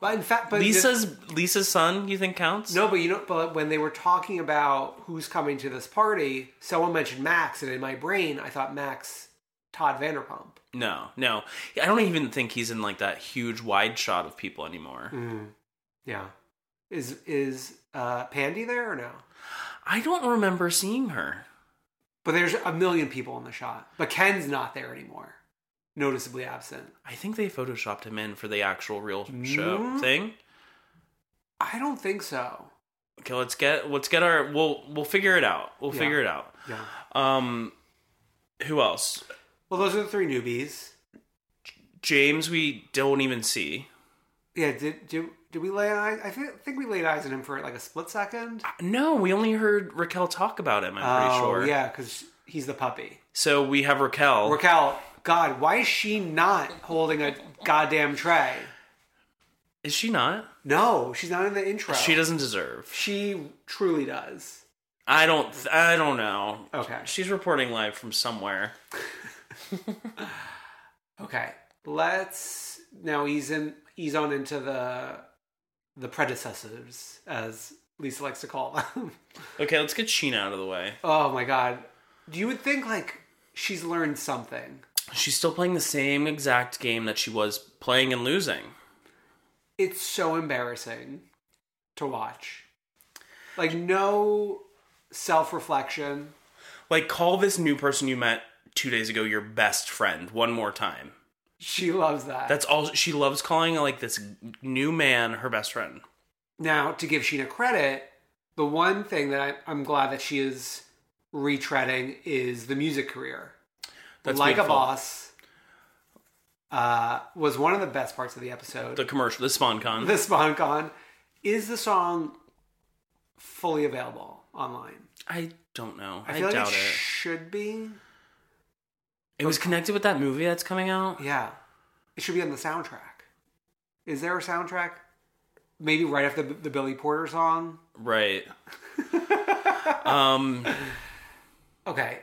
S2: But in fact, but
S1: Lisa's Lisa's son, you think counts?
S2: no, but you know, but when they were talking about who's coming to this party, someone mentioned Max, and in my brain, I thought Max Todd Vanderpump.
S1: no, no. I don't even think he's in like that huge wide shot of people anymore.
S2: Hmm. Yeah. Is is uh, Pandy there or no?
S1: I don't remember seeing her.
S2: But there's a million people in the shot. But Ken's not there anymore. Noticeably absent.
S1: I think they photoshopped him in for the actual real show
S2: Mm.
S1: thing.
S2: I don't think so.
S1: Okay, let's get let's get our we'll we'll figure it out. We'll
S2: Yeah.
S1: figure it out.
S2: Yeah.
S1: Um who else?
S2: Well, those are the three newbies.
S1: James we don't even see.
S2: Yeah, did did, did we lay eyes? I think, think we laid eyes on him for like a split second.
S1: No, we only heard Raquel talk about him, I'm pretty
S2: Oh,
S1: sure.
S2: yeah, because he's the puppy.
S1: So we have Raquel.
S2: Raquel, God, why is she not holding a goddamn tray?
S1: Is she not?
S2: No, she's not in the intro.
S1: She doesn't deserve.
S2: She truly does.
S1: I don't th- I don't know.
S2: Okay.
S1: She's reporting live from somewhere.
S2: Okay. Let's now ease in ease on into the the predecessors, as Lisa likes to call them.
S1: Okay, let's get Sheena out of the way.
S2: oh my God, you would think like she's learned something.
S1: She's still playing the same exact game that she was playing and losing.
S2: it's so embarrassing to watch. Like no self reflection.
S1: Like, call this new person you met two days ago your best friend one more time.
S2: She loves that.
S1: That's all she loves calling like this new man her best friend.
S2: Now, to give Sheena credit, the one thing that I, I'm glad that she is retreading is the music career.
S1: That's
S2: like
S1: beautiful.
S2: a boss uh, was one of the best parts of the episode.
S1: The commercial, the spawn con.
S2: this SponCon is the song fully available online.
S1: I don't know.
S2: I
S1: I,
S2: feel like
S1: doubt
S2: it
S1: it.
S2: should be.
S1: It was connected with that movie that's coming out.
S2: Yeah, it should be on the soundtrack. Is there a soundtrack? Maybe right after the, the Billy Porter song.
S1: Right. um
S2: Okay,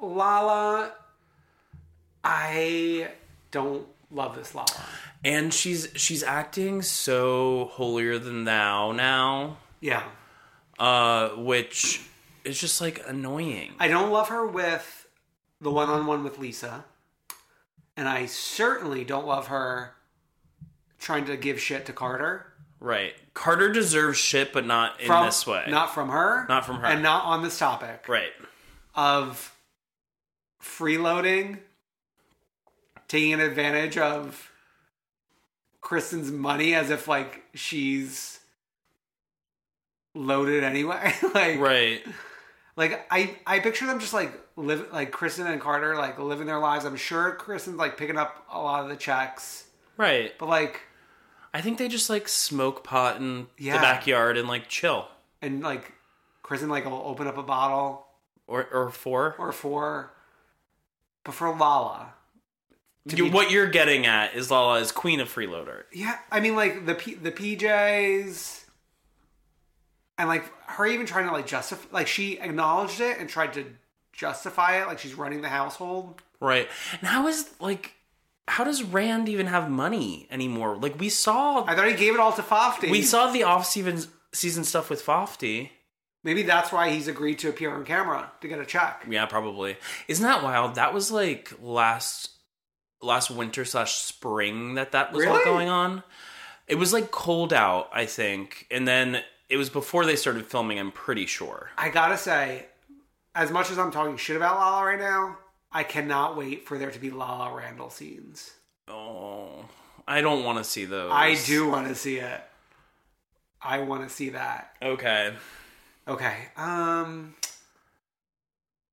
S2: Lala. I don't love this Lala.
S1: and she's she's acting so holier than thou now,
S2: Yeah,
S1: uh which is just like annoying.
S2: I don't love her with the one-on-one with Lisa, and I certainly don't love her trying to give shit to Carter.
S1: right. Carter deserves shit but not in
S2: from
S1: this way.
S2: not from her,
S1: Not from her.
S2: and not on this topic
S1: right.
S2: of freeloading, taking advantage of Kristen's money as if like she's loaded anyway. like,
S1: Right.
S2: like I, I picture them just like live like Kristen and Carter like living their lives. I'm sure Kristen's like picking up a lot of the checks,
S1: Right.
S2: but like
S1: I think they just like smoke pot in
S2: Yeah.
S1: the backyard and like chill.
S2: and like Kristen like will open up a bottle
S1: Or or four.
S2: or four, but for Lala.
S1: You- what you're getting at is Lala is queen of freeloader.
S2: Yeah, I mean, like the P- the PJs, and like her even trying to like justify, like she acknowledged it and tried to justify it, like she's running the household.
S1: Right. And how is like how does Rand even have money anymore? Like we saw
S2: I thought he gave it all to Fafty.
S1: we saw the off season season stuff with Fofty.
S2: Maybe that's why he's agreed to appear on camera to get a check.
S1: Yeah, probably. Isn't that wild? That was like last last winter slash spring that that was all
S2: Really?
S1: going on. It was like cold out, I think, and then it was before they started filming. I'm pretty sure.
S2: I gotta say, as much as I'm talking shit about Lala right now, I cannot wait for there to be Lala Randall scenes.
S1: Oh, I don't want to see those.
S2: I do want to see it. I want to see that.
S1: Okay.
S2: Okay. Um.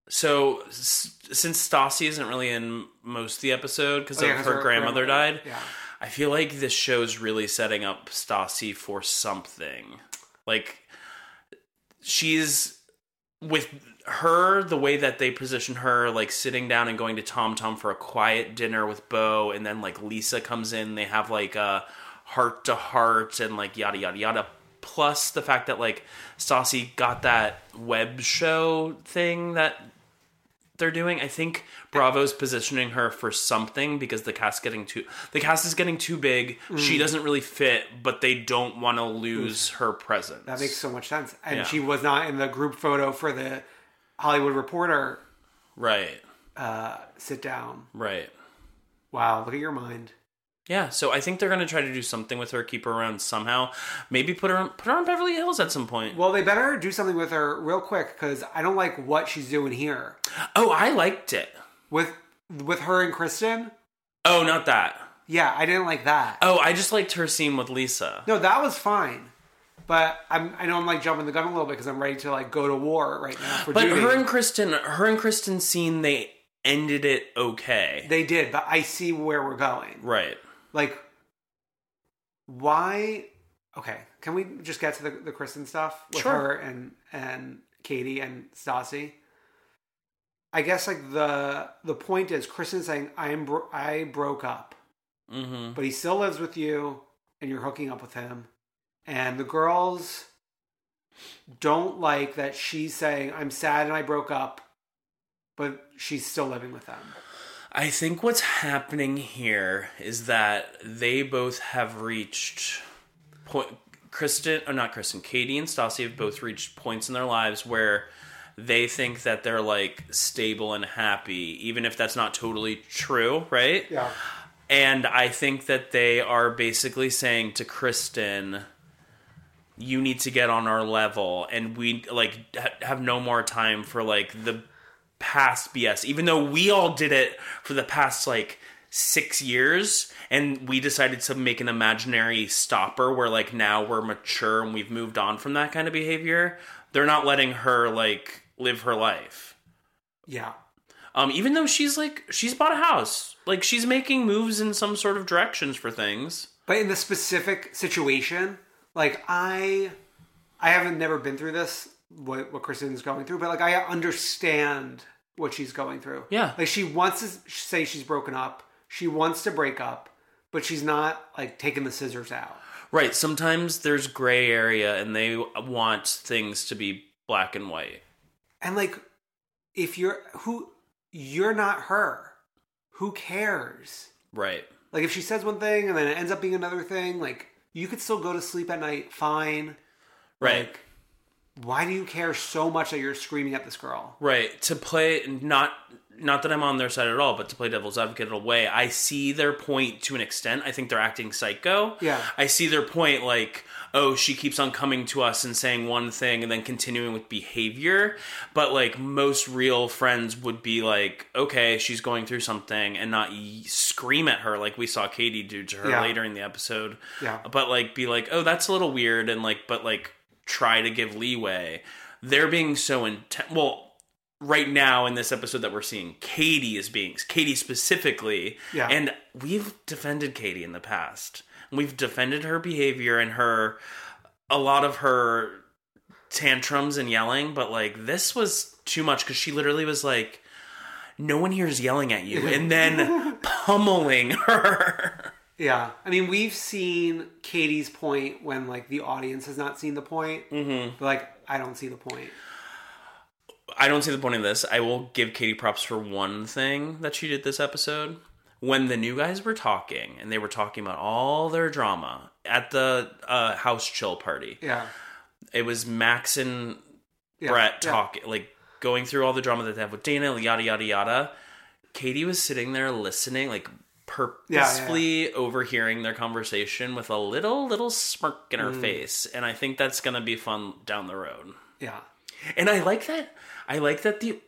S1: So s- since Stassi isn't really in most of the episode because
S2: oh, yeah,
S1: of
S2: 'cause
S1: her, grandmother died,
S2: Yeah.
S1: I feel like this show's really setting up Stassi for something. Like she's with her the way that they position her like sitting down and going to Tom Tom for a quiet dinner with Bo and then like Lisa comes in they have like a heart to heart and like yada yada yada plus the fact that like Stassi got that web show thing that they're doing. I think Bravo's positioning her for something because the cast getting too the cast is getting too big. She
S2: Mm.
S1: doesn't really fit, but they don't want to lose her presence.
S2: That makes so much sense. And
S1: Yeah.
S2: she was not in the group photo for the Hollywood Reporter uh,
S1: right,
S2: sit down.
S1: right.
S2: Wow, look at your mind.
S1: Yeah, so I think they're gonna try to do something with her, keep her around somehow. Maybe put her on, put her on Beverly Hills at some point.
S2: Well, they better do something with her real quick because I don't like what she's doing here
S1: oh, I liked it.
S2: with with her and Kristen.
S1: Oh, not that.
S2: Yeah, I didn't like that.
S1: Oh, I just liked her scene with Lisa.
S2: No, that was fine. But I'm I know I'm like jumping the gun a little bit because I'm ready to like go to war right now for
S1: but
S2: Judy.
S1: her and Kristen, her and Kristen's scene, they ended it okay.
S2: they did, but I see where we're going.
S1: right.
S2: like why okay can we just get to the, the kristen stuff with
S1: Sure.
S2: her and and katie and stassi i guess like the the point is kristen's saying i'm bro- i broke up
S1: Mm-hmm.
S2: but he still lives with you and you're hooking up with him and the girls don't like that she's saying i'm sad and i broke up but she's still living with them
S1: I think what's happening here is that they both have reached point. Kristen, or not Kristen, Katie and Stassi have both reached points in their lives where they think that they're like stable and happy, even if that's not totally true, right?
S2: yeah
S1: And I think that they are basically saying to Kristen, you need to get on our level and we like ha- have no more time for like the past BS. Even though we all did it for the past like 6 years and we decided to make an imaginary stopper where like now we're mature and we've moved on from that kind of behavior, they're not letting her like live her life.
S2: Yeah.
S1: Um, even though she's like she's bought a house, like she's making moves in some sort of directions for things.
S2: But in the specific situation, like I, I haven't never been through this. What what Kristen's going through, but like I understand what she's going through.
S1: Yeah.
S2: like she wants to s- say she's broken up. She wants to break up, but she's not like taking the scissors out.
S1: Right. Sometimes there's gray area, and they want things to be black and white.
S2: And like, if you're who, you're not her. Who cares?
S1: Right.
S2: Like if she says one thing and then it ends up being another thing, like you could still go to sleep at night fine.
S1: Right.
S2: Like, why do you care so much that you're screaming at this girl?
S1: Right. To play not not that I'm on their side at all, but to play devil's advocate in a way, I see their point to an extent. I think they're acting psycho.
S2: Yeah.
S1: I see their point like, oh, she keeps on coming to us and saying one thing and then continuing with behavior. But like most real friends would be like, okay, she's going through something and not y- scream at her like we saw Katie do to her
S2: Yeah.
S1: later in the episode.
S2: Yeah.
S1: But like be like, oh, that's a little weird and like but like try to give leeway. They're being so intent well right now in this episode that we're seeing katie is being katie specifically
S2: Yeah.
S1: and we've defended katie in the past we've defended her behavior and her a lot of her tantrums and yelling but like this was too much because she literally was like no one here is yelling at you and then pummeling her
S2: Yeah. I mean, we've seen Katie's point when like the audience has not seen the point. Mm-hmm. But like I don't see the point.
S1: I don't see the point of this. I will give Katie props for one thing that she did this episode. When the new guys were talking and they were talking about all their drama at the uh, house chill party,
S2: Yeah.
S1: it was Max and
S2: yeah.
S1: Brett
S2: yeah.
S1: talking, like going through all the drama that they have with Dana, yada, yada, yada. Katie was sitting there listening, like purposefully overhearing their conversation with a little, little smirk in her
S2: Mm.
S1: face. And I think that's going to be fun down the road.
S2: Yeah.
S1: And I like that. I like that the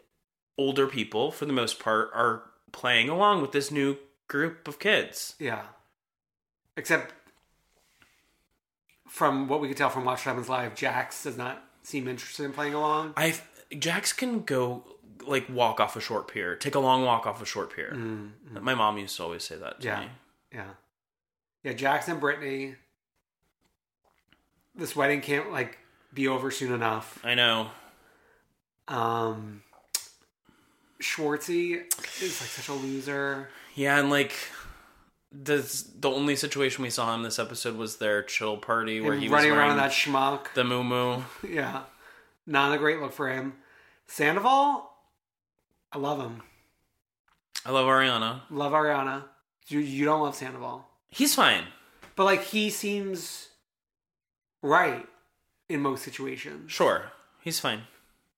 S1: older people, for the most part, are playing along with this new group of kids.
S2: Yeah. Except from what we could tell from Watch What Happens Live, Jax does not seem interested in playing along.
S1: I Jax can go like walk off a short pier, take a long walk off a short pier. My mom used to always say that to
S2: Mm-hmm. Yeah.
S1: me.
S2: Yeah. Yeah, Jackson Brittany. This wedding can't like be over soon enough.
S1: I know.
S2: Um Schwartzy is like such a loser.
S1: Yeah, and like this, the only situation we saw him this episode was their chill party where
S2: Him
S1: he was
S2: running around
S1: wearing
S2: in that schmuck.
S1: the moo
S2: yeah. Not a great look for him. Sandoval, I love him.
S1: I love Ariana.
S2: Love Ariana. You you don't love Sandoval.
S1: He's fine.
S2: But like he seems right in most situations.
S1: Sure. He's fine.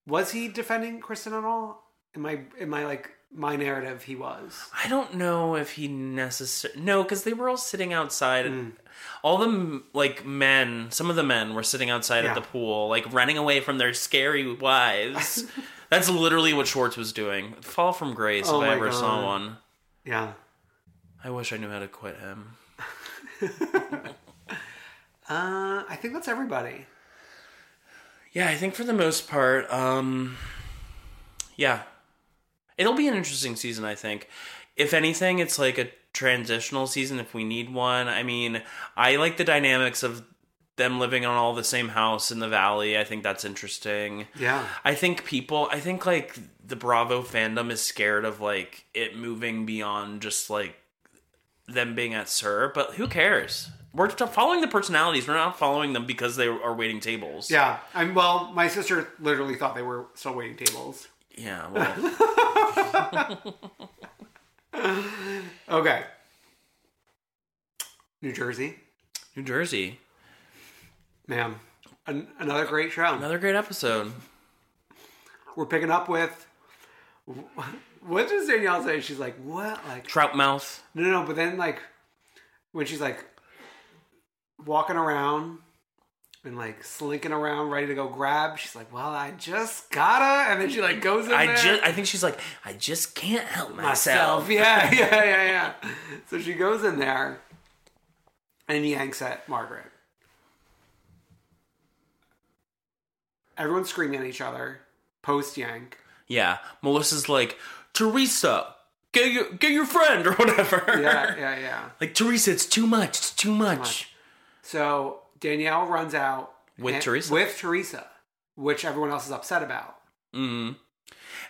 S2: was he defending Kristen at all? In my in my like my narrative, he was.
S1: I don't know if he necessarily no, because they were all sitting outside.
S2: Hmm.
S1: All the m- like men, some of the men were sitting outside
S2: Yeah.
S1: at the pool, like running away from their scary wives. That's literally what Schwartz was doing. Fall from grace.
S2: Oh
S1: if
S2: my
S1: I ever
S2: God.
S1: saw one,
S2: Yeah.
S1: I wish I knew how to quit him.
S2: Uh, I think that's everybody.
S1: Yeah, I think for the most part, um, yeah, it'll be an interesting season. I think, if anything, it's like a transitional season if we need one. I mean, I like the dynamics of them living on all the same house in the valley. I think that's interesting.
S2: Yeah.
S1: I think people, I think like the Bravo fandom is scared of like it moving beyond just like them being at Sir, but who cares? We're t- following the personalities. We're not following them because they are waiting tables.
S2: Yeah. I'm well, my sister literally thought they were still waiting tables.
S1: Yeah, well,
S2: Okay. New Jersey.
S1: New Jersey.
S2: Man. An- another great show.
S1: Another great episode.
S2: We're picking up with What does Danielle say? She's like, what? Like,
S1: Trout mouth.
S2: no, no, no. But then, like, when she's like walking around and like slinking around, ready to go grab, she's like, well, I just gotta. And then she like goes in
S1: I
S2: there.
S1: just. I think she's like. I just can't help myself.
S2: myself. Yeah, yeah, yeah, yeah. so she goes in there and yanks at Margaret. Everyone's screaming at each other. Post yank.
S1: Yeah. Melissa's like Teresa. Get your get your friend or whatever.
S2: Yeah, yeah, yeah.
S1: Like Teresa, it's too much. It's too much.
S2: So Danielle runs out
S1: With
S2: and-
S1: Teresa.
S2: With Teresa, which everyone else is upset about.
S1: Mm.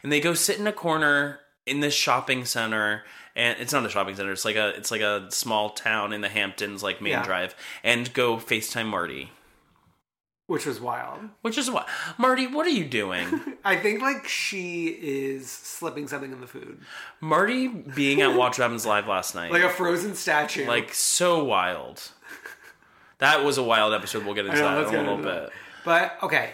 S1: And they go sit in a corner in this shopping center, and it's not a shopping center. It's like a it's like a small town in the Hamptons, like Main
S2: Yeah.
S1: Drive, and go Facetime Marty,
S2: Which was wild.
S1: which is what Marty. What are you doing?
S2: I think like she is slipping something in the food,
S1: Marty being at Watch Robin's live last night,
S2: like
S1: like,
S2: a frozen statue.
S1: so wild. That was a wild episode. We'll get into
S2: know,
S1: that
S2: let's
S1: in a
S2: get
S1: little
S2: into
S1: bit.
S2: that. But okay.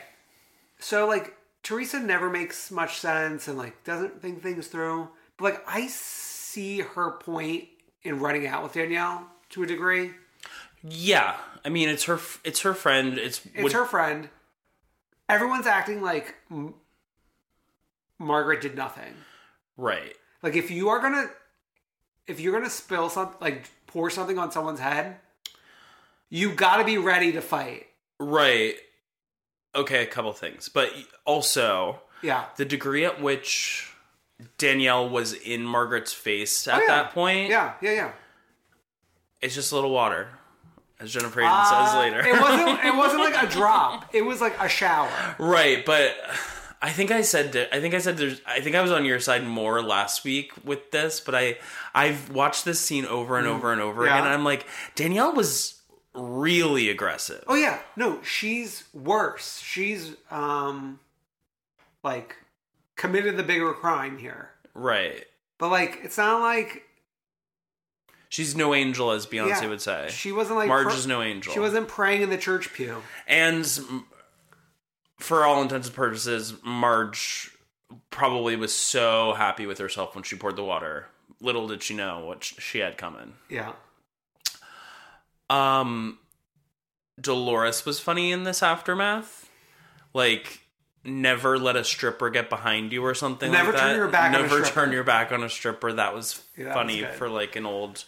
S2: So like Teresa never makes much sense and like doesn't think things through. But like I see her point in running out with Danielle to a degree.
S1: Yeah, I mean it's her f- it's her friend. It's,
S2: It's her friend. Everyone's acting like M- Margaret did nothing.
S1: right.
S2: Like if you are going to if you're going to spill something like pour something on someone's head, you got to be ready to fight.
S1: Right. Okay, a couple things. But also,
S2: Yeah.
S1: the degree at which Danielle was in Margaret's face at
S2: Oh, yeah.
S1: that point,
S2: Yeah, yeah, yeah.
S1: it's just a little water, as Jennifer Aiden says
S2: Uh,
S1: later.
S2: it wasn't. It wasn't like a drop. It was like a shower.
S1: right, but I think I said to, I think I said there's I think I was on your side more last week with this, but I I've watched this scene over and over and over
S2: Mm. Yeah.
S1: again. And I'm like Danielle was really aggressive.
S2: Oh yeah. No, she's worse. She's um, like committed the bigger crime here.
S1: Right.
S2: But like, it's not like
S1: She's no angel, as Beyonce
S2: yeah,
S1: would say.
S2: she wasn't like
S1: Marge
S2: pr-
S1: is no angel.
S2: She wasn't praying in the church pew.
S1: And mm, for all intents and purposes, Marge probably was so happy with herself when she poured the water. Little did she know what sh- she had coming.
S2: Yeah.
S1: Um, Dolores was funny in this aftermath. Like, never let a stripper get behind you or something
S2: Never
S1: like that.
S2: turn your back on a
S1: Never
S2: stripper.
S1: turn your back on a stripper. That was
S2: Yeah, that
S1: funny
S2: was good.
S1: for like an old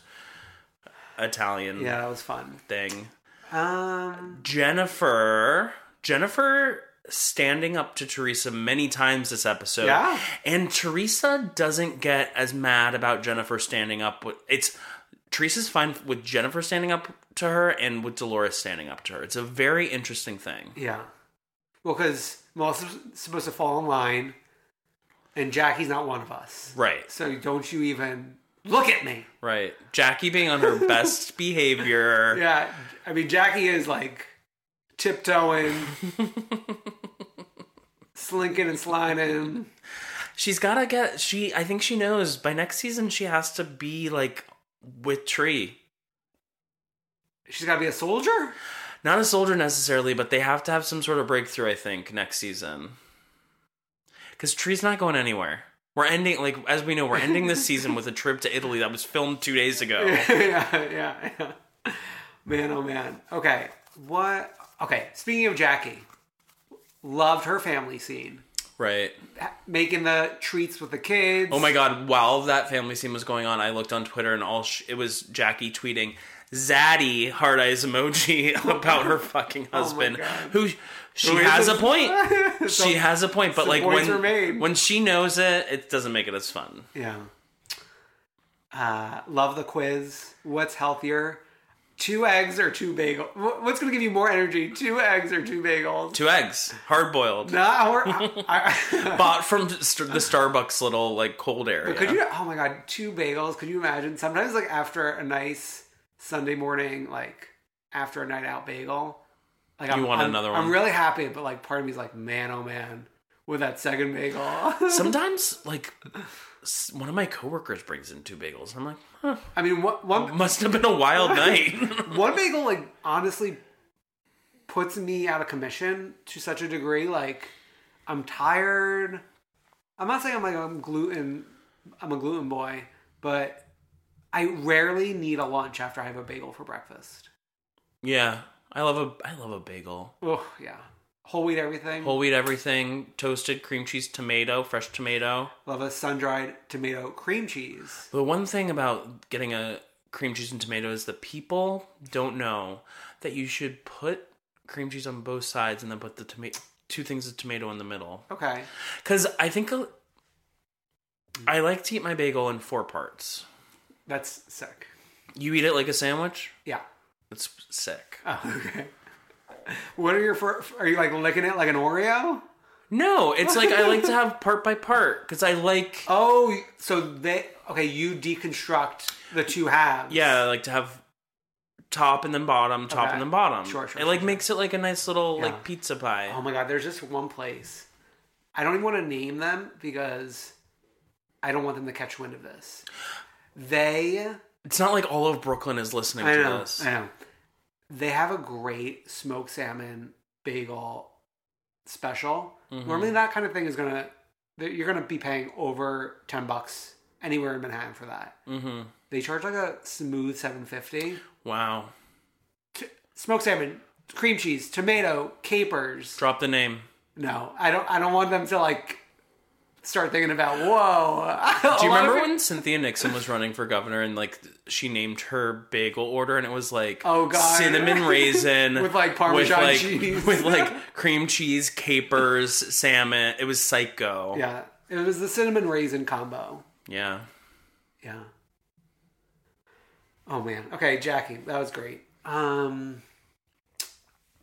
S1: Italian
S2: Yeah, that was fun.
S1: thing.
S2: Um.
S1: Jennifer, Jennifer standing up to Teresa many times this episode.
S2: Yeah.
S1: And Teresa doesn't get as mad about Jennifer standing up. With, it's Teresa's fine with Jennifer standing up to her and with Dolores standing up to her. It's a very interesting thing.
S2: Yeah. Well, because Melissa's supposed to fall in line, and Jackie's not one of us.
S1: Right.
S2: So don't you even look at me.
S1: Right. Jackie being on her best behavior.
S2: Yeah, I mean Jackie is like tiptoeing, slinking and sliding.
S1: She's got to get she I think she knows by next season she has to be like with Tree.
S2: She's got to be a soldier.
S1: Not a soldier necessarily, but they have to have some sort of breakthrough, I think, next season. Because Tree's not going anywhere. We're ending, like, as we know, we're ending this season with a trip to Italy that was filmed two days ago.
S2: yeah, yeah, yeah. Man, oh man. Okay, what? Okay, speaking of Jackie, loved her family scene,
S1: Right.
S2: Ha- making the treats with the kids.
S1: Oh my God, while that family scene was going on, I looked on Twitter and all sh- it was Jackie tweeting Zaddy hard eyes emoji about her fucking husband,
S2: Oh God.
S1: who she
S2: Who is
S1: has a
S2: this-
S1: point.
S2: So-
S1: she has a point, but
S2: some
S1: like
S2: points
S1: when
S2: are made.
S1: when she knows it, it doesn't make it as fun.
S2: Yeah. Uh, love the quiz. What's healthier? Two eggs or two bagels? What's going to give you more energy? Two eggs or two bagels?
S1: Two eggs, hard boiled.
S2: Nah, or, I, I,
S1: bought from st- the Starbucks little like cold area.
S2: could you? Oh my god, two bagels. Could you imagine? Sometimes, like after a nice Sunday morning, like after a night out bagel, like
S1: You
S2: I'm,
S1: want
S2: I'm-
S1: another one?
S2: I'm really happy, but like part of me is like, man, oh man, with that second bagel.
S1: Sometimes like s- one of my coworkers brings in two bagels. I'm like, huh,
S2: I mean, what, one
S1: must have been a wild night.
S2: one bagel like honestly puts me out of commission to such a degree like i'm tired I'm not saying I'm like I'm gluten. I'm a gluten boy, but I rarely need a lunch after I have a bagel for breakfast.
S1: Yeah, I love a I love a bagel.
S2: Oh yeah, whole wheat everything.
S1: Whole wheat everything, toasted cream cheese, tomato, fresh tomato.
S2: Love a sun dried tomato cream cheese.
S1: The one thing about getting a cream cheese and tomato is the people don't know that you should put cream cheese on both sides and then put the tomato two things of tomato in the middle.
S2: Okay,
S1: Cuz I think a- I like to eat my bagel in four parts.
S2: that's sick.
S1: You eat it like a sandwich?
S2: Yeah.
S1: It's sick.
S2: Oh, okay. What are your? Fir- are you like licking it like an Oreo?
S1: No, it's like I like to have part by part cuz I like
S2: Oh, so they okay? You deconstruct the two halves.
S1: Yeah, I like to have top and then bottom, top
S2: Okay.
S1: and then bottom.
S2: Sure, sure,
S1: It like
S2: sure.
S1: makes it like a nice little
S2: Yeah.
S1: like pizza pie.
S2: Oh my god, there's just one place. I don't even want to name them because I don't want them to catch wind of this. They,
S1: It's not like all of Brooklyn is listening
S2: I
S1: to
S2: know,
S1: this.
S2: I know. They have a great smoked salmon bagel special.
S1: Mm-hmm.
S2: Normally, that kind of thing is gonna that you're gonna be paying over ten bucks anywhere in Manhattan for that.
S1: Mm-hmm.
S2: They charge like a smooth seven fifty.
S1: Wow.
S2: T- smoked salmon, cream cheese, tomato, capers.
S1: Drop the name.
S2: No, I don't. I don't want them to like start thinking about whoa.
S1: Do
S2: A
S1: you
S2: lot of
S1: remember
S2: it-
S1: when Cynthia Nixon was running for governor and like she named her bagel order and it was like
S2: Oh, God.
S1: cinnamon raisin
S2: With, like, Parmesan
S1: with, like,
S2: cheese.
S1: with like cream cheese capers salmon it was psycho
S2: Yeah, it was the cinnamon raisin combo.
S1: yeah
S2: Yeah. Oh man. Okay, Jackie, that was great. Um,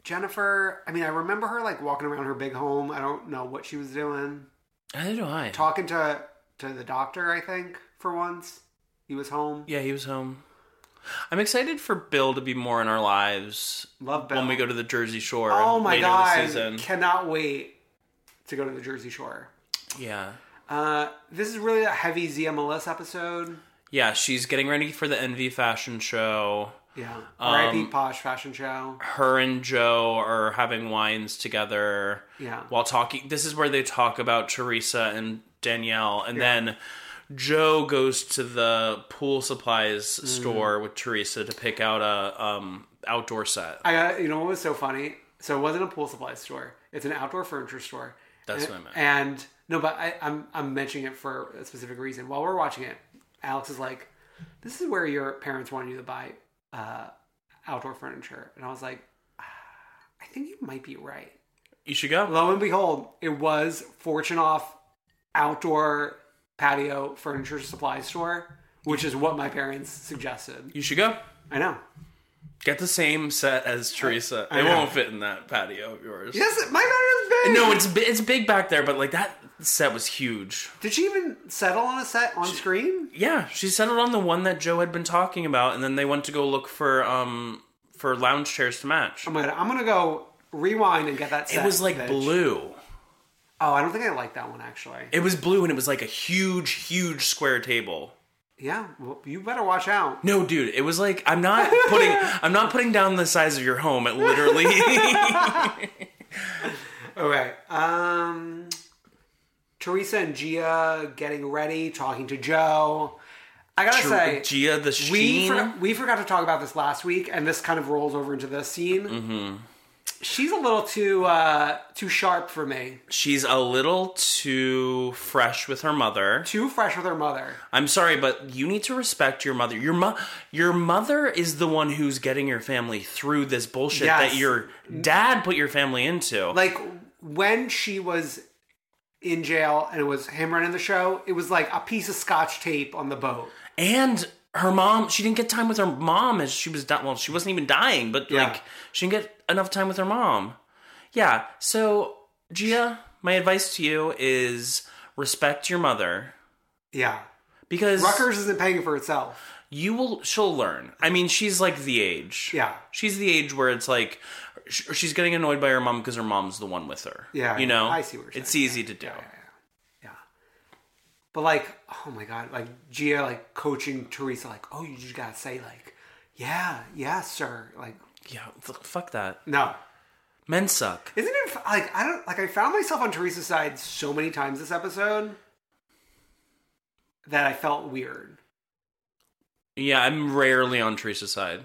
S2: Jennifer. I mean, I remember her like walking around her big home. I don't know what she was doing.
S1: neither do I
S2: Talking to to the doctor. I think for once he was home.
S1: yeah he was home I'm excited for Bill to be more in our lives
S2: Love Bill.
S1: when we go to the Jersey Shore
S2: Oh my
S1: later this
S2: god!
S1: season
S2: Cannot wait to go to the Jersey Shore.
S1: yeah
S2: Uh, this is really a heavy ZMLS episode.
S1: yeah she's getting ready for the Envy fashion show
S2: Yeah.
S1: Um,
S2: RIP Posh Fashion Show.
S1: her and Joe are having wines together
S2: Yeah.
S1: while talking. This is where they talk about Teresa and Danielle, and then Joe goes to the pool supplies
S2: Mm-hmm.
S1: store with Teresa to pick out a um, outdoor set.
S2: I got, you know what was so funny? So it wasn't a pool supply store. It's an outdoor furniture store.
S1: That's
S2: and,
S1: what I meant.
S2: And no, but I, I'm I'm mentioning it for a specific reason. While we're watching it, Alex is like, "This is where your parents wanted you to buy uh, outdoor furniture," and I was like, "Ah, "I think you might be right."
S1: You should go.
S2: Lo and behold, it was Fortunoff outdoor patio furniture supply store, which is what my parents suggested.
S1: You should go.
S2: I know.
S1: Get the same set as Teresa.
S2: I
S1: it
S2: know.
S1: won't fit in that patio of yours.
S2: Yes, my daughter is big.
S1: No, it's bi- it's big back there, but like that set was huge.
S2: Did she even settle on a set on screen?
S1: Yeah, she settled on the one that Joe had been talking about, and then they went to go look for um for lounge chairs to match.
S2: I'm gonna I'm gonna go rewind and get that set.
S1: It was like
S2: bitch.
S1: blue.
S2: Oh, I don't think I like that one actually.
S1: It was blue and it was like a huge, huge square table.
S2: Yeah, well, you better watch out.
S1: No, dude, it was like I'm not putting I'm not putting down the size of your home. It literally
S2: Okay. Um Teresa and Gia getting ready, talking to Joe. I gotta say
S1: Gia the
S2: we
S1: Sheen.
S2: forgot, we forgot to talk about this last week, and this kind of rolls over into this scene.
S1: Mm-hmm.
S2: She's a little too uh, too sharp for me,
S1: She's a little too fresh with her mother.
S2: too fresh with her mother.
S1: I'm sorry, but you need to respect your mother. Your mo- your mother is the one who's getting your family through this bullshit
S2: Yes.
S1: that your dad put your family into.
S2: Like when she was in jail, and it was him running the show. It was like a piece of scotch tape on the boat.
S1: and her mom she didn't get time with her mom as she was di- well she wasn't even dying but
S2: Yeah.
S1: like she didn't get enough time with her mom yeah so gia my advice to you is respect your mother
S2: Yeah,
S1: because
S2: Rutgers isn't paying for itself.
S1: you will she'll learn i mean she's like the age
S2: Yeah.
S1: she's the age where it's like sh- she's getting annoyed by her mom because her mom's the one with her
S2: Yeah,
S1: you know
S2: I see what you're
S1: it's
S2: saying.
S1: easy to do
S2: Yeah. But like, oh my god, like Gia like coaching Teresa, like, oh, you just gotta say like, yeah, yeah, sir, like,
S1: yeah, f fuck that
S2: no,
S1: men suck
S2: Isn't it like I don't like I found myself on Teresa's side so many times this episode. that I felt weird.
S1: Yeah, I'm rarely on Teresa's side.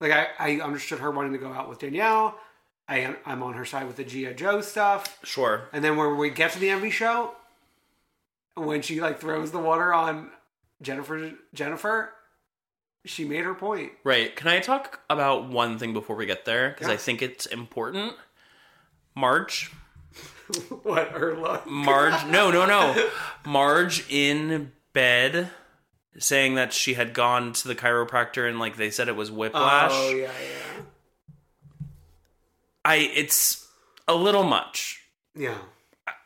S2: Like I, I understood her wanting to go out with Danielle. I I'm on her side with the Gia Joe stuff.
S1: Sure.
S2: And then when we get to the envy show, when she like throws the water on Jennifer Jennifer, she made her point.
S1: Right. Can I talk about one thing before we get there? Because I
S2: Yeah.
S1: think it's important. Marge.
S2: what her luck.
S1: Marge. no, no, no. Marge in bed saying that she had gone to the chiropractor and like they said it was whiplash.
S2: Oh yeah, yeah.
S1: I it's a little much.
S2: Yeah.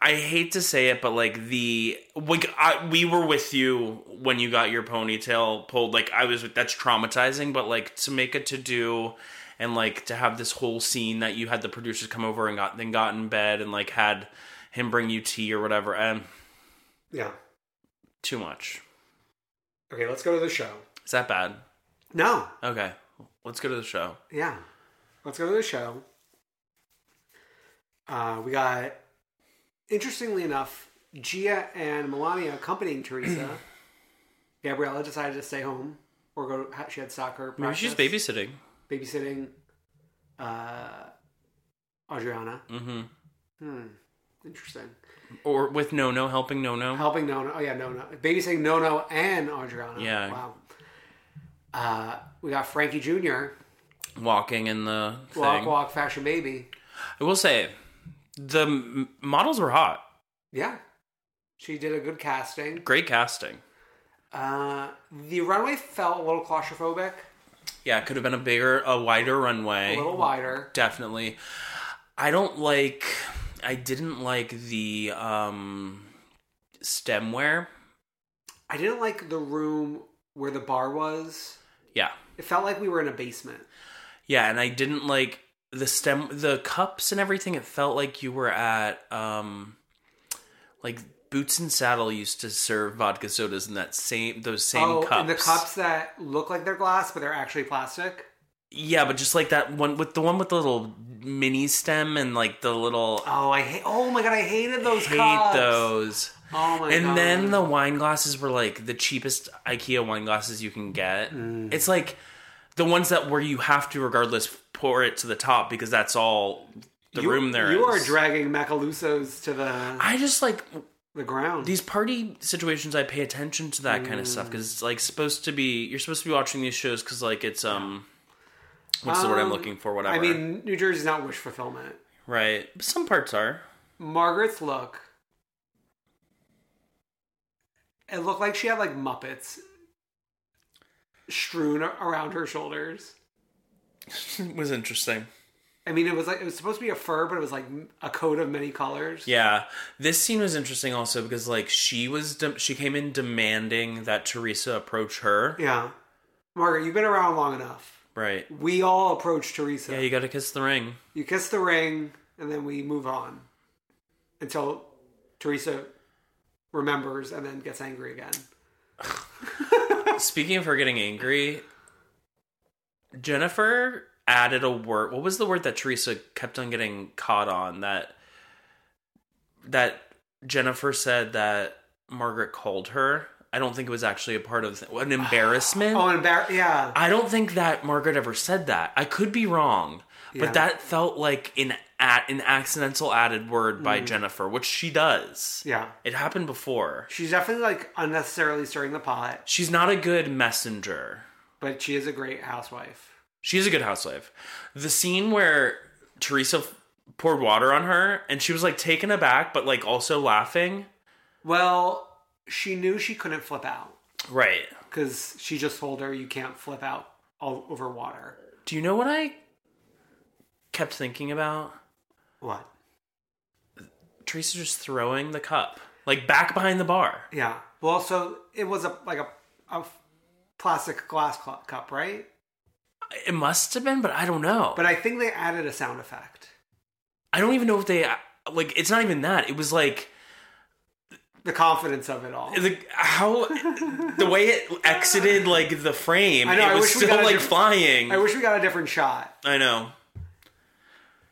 S1: I hate to say it, but like the like I, we were with you when you got your ponytail pulled. Like I was, that's traumatizing. But like to make a to do, and like to have this whole scene that you had the producers come over and got then got in bed and like had him bring you tea or whatever. And
S2: Yeah.
S1: too much.
S2: Okay, let's go to the show.
S1: Is that bad?
S2: No.
S1: Okay, let's go to the show.
S2: Yeah. Let's go to the show. Uh, we got, interestingly enough, Gia and Melania accompanying Teresa. Gabriella decided to stay home or go. To, she had soccer.
S1: Maybe
S2: Practice,
S1: she's babysitting.
S2: babysitting. Uh, Adriana.
S1: Mm-hmm.
S2: Hmm. Interesting.
S1: Or with no no helping no no.
S2: Helping Nono. Oh yeah, Nono. Babysitting Nono and Adriana.
S1: Yeah.
S2: Wow. Uh, we got Frankie Jr.
S1: Walking in the thing.
S2: Walk, walk, fashion baby.
S1: I will say, the m- models were hot.
S2: Yeah. She did a good casting.
S1: Great casting.
S2: Uh, the runway felt a little claustrophobic,
S1: Yeah, it could have been a bigger, a wider runway.
S2: a little wider.
S1: Definitely. I don't like. I didn't like the um stemware.
S2: I didn't like the room where the bar was.
S1: Yeah,
S2: It felt like we were in a basement.
S1: yeah, and I didn't like the stem, the cups and everything. It felt like you were at um like Boots and Saddle used to serve vodka sodas in that same those same
S2: oh,
S1: cups.
S2: and the cups that look like they're glass, but they're actually plastic.
S1: Yeah, but just like that one with the one with the little mini stem and like the little.
S2: Oh, I hate. Oh my god, I hated those
S1: hate
S2: cups.
S1: those.
S2: Oh my god.
S1: and then the wine glasses were like the cheapest IKEA wine glasses you can get.
S2: Mm.
S1: It's like the ones that where you have to regardless pour it to the top because that's all the
S2: you,
S1: room there is.
S2: You are dragging Macalusos to the
S1: I just like
S2: the ground.
S1: these party situations. I pay attention to that kind of
S2: Mm.
S1: stuff because it's like supposed to be. You're supposed to be watching these shows because like it's um, what's the word I'm
S2: Um,
S1: looking for? Whatever.
S2: I mean, New Jersey's not wish fulfillment.
S1: right? But some parts are.
S2: Margaret's look. It looked like she had like Muppets strewn a- around her shoulders.
S1: It was interesting.
S2: I mean, it was like it was supposed to be a fur, but it was like a coat of many colors.
S1: Yeah, this scene was interesting also because like she was de- she came in demanding that Teresa approach her.
S2: yeah. Margaret, you've been around long enough.
S1: Right.
S2: We all approach Teresa.
S1: Yeah, you got to kiss the ring.
S2: you kiss the ring, and then we move on until Teresa remembers and then gets angry again.
S1: Speaking of her getting angry, Jennifer added a word. What was the word that Teresa kept on getting caught on that that Jennifer said that Margaret called her? I don't think it was actually a part of an embarrassment.
S2: Oh, and embar- yeah.
S1: I don't think that Margaret ever said that. I could be wrong,
S2: Yeah.
S1: but that felt like an at an accidental added word by Jennifer, which she does.
S2: Mm. Yeah.
S1: It happened before.
S2: She's definitely like unnecessarily stirring the pot.
S1: She's not a good messenger.
S2: but she is a great housewife.
S1: She is a good housewife. The scene where Teresa f- poured water on her and she was like taken aback, but like also laughing.
S2: Well, she knew she couldn't flip out
S1: Right.
S2: because she just told her you can't flip out all over water.
S1: Do you know what I kept thinking about?
S2: What?
S1: Teresa just throwing the cup, like back behind the bar.
S2: Yeah. Well, so it was a like a, a plastic glass cl- cup, right?
S1: It must have been, but I don't know.
S2: But I think they added a sound effect.
S1: I don't even know if they uh, like. It's not even that. It was like
S2: The confidence of it all.
S1: the how the way it exited like the frame.
S2: I know,
S1: it
S2: I
S1: was
S2: wish we
S1: still
S2: got a
S1: like
S2: diff-
S1: flying.
S2: I wish we got a different shot.
S1: I know.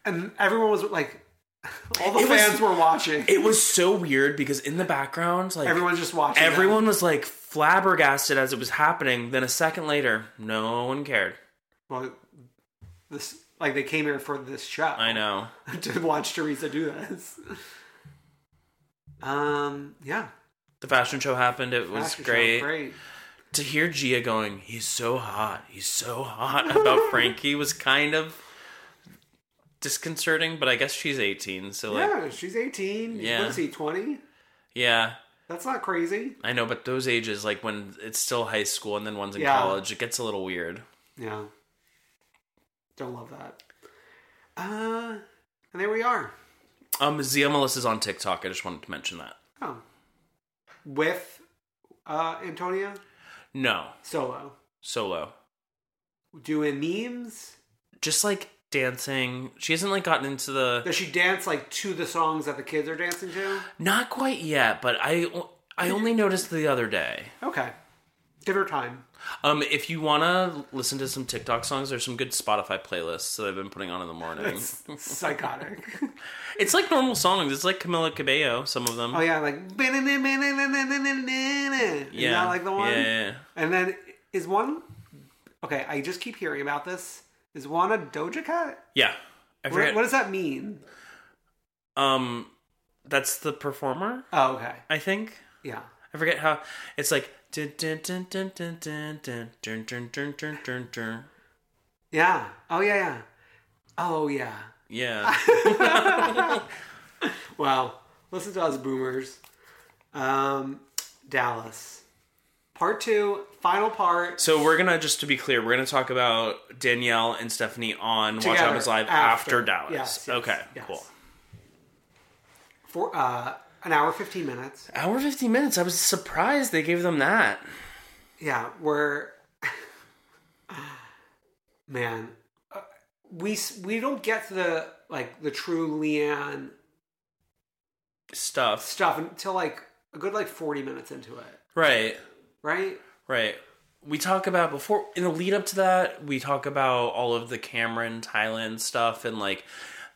S2: And everyone was like, All the
S1: It was-
S2: fans were watching.
S1: It was so weird because in the background, like
S2: Everyone's just watching. them.
S1: everyone was like flabbergasted as it was happening. Then a second later, no one cared.
S2: Well, this like they came here for this show.
S1: I know.
S2: to watch Teresa do this. Um. Yeah.
S1: The fashion show happened. It was
S2: Fashion show,
S1: great.
S2: Great.
S1: To hear Gia going, he's so hot, he's so hot about Frankie was kind of disconcerting, but I guess she's 18, so like, yeah,
S2: yeah, she's eighteen.
S1: Yeah.
S2: What's he? Twenty. That's not crazy.
S1: I know, but those ages, like when it's still high school and then one's in
S2: Yeah.
S1: college, it gets a little weird.
S2: Yeah. Don't love that. Uh. And there we are.
S1: Um, Zia Melissa's on TikTok. I just wanted to mention that.
S2: Oh. With uh Antonia
S1: No,
S2: solo
S1: solo.
S2: doing memes.
S1: Just like dancing. She hasn't like gotten into the
S2: Does she dance like to the songs that the kids are dancing to?
S1: not quite yet, but I I only noticed the other day.
S2: Okay. Give her time.
S1: Um, if you wanna listen to some TikTok songs, there's some good Spotify playlists that I've been putting on in the morning.
S2: It's psychotic.
S1: it's like normal songs. It's like Camila Cabello. Some of them.
S2: Oh yeah, like yeah, is that like the one?
S1: Yeah, yeah, yeah.
S2: And then is one okay? I just keep hearing about this. Is one a Doja Cat?
S1: Yeah. I
S2: Where-
S1: forget.
S2: what does that mean?
S1: um, that's the performer.
S2: Oh, okay,
S1: I think.
S2: yeah.
S1: I forget how it's like. dun, dun, dun, dun, dun, dun, dun, dun, dun, dun, dun, dun, dun.
S2: Yeah. Oh yeah, yeah. Oh yeah.
S1: Yeah.
S2: Well, listen to us boomers. Um, Dallas. Part two, final part.
S1: So we're gonna just to be clear, we're gonna talk about Danielle and Stephanie on Watch
S2: Together,
S1: Happens Live
S2: after.
S1: after, Dallas.
S2: Yes, yes,
S1: okay,
S2: yes.
S1: cool.
S2: For uh an hour fifteen minutes.
S1: Hour fifteen minutes. I was surprised they gave them that.
S2: Yeah, we're man. uh, We s- we don't get to the like the true Leanne
S1: Stuff.
S2: stuff until like a good like forty minutes into it,
S1: Right.
S2: right?
S1: Right. We talk about before in the lead up to that, we talk about all of the Cameron Thailand stuff and like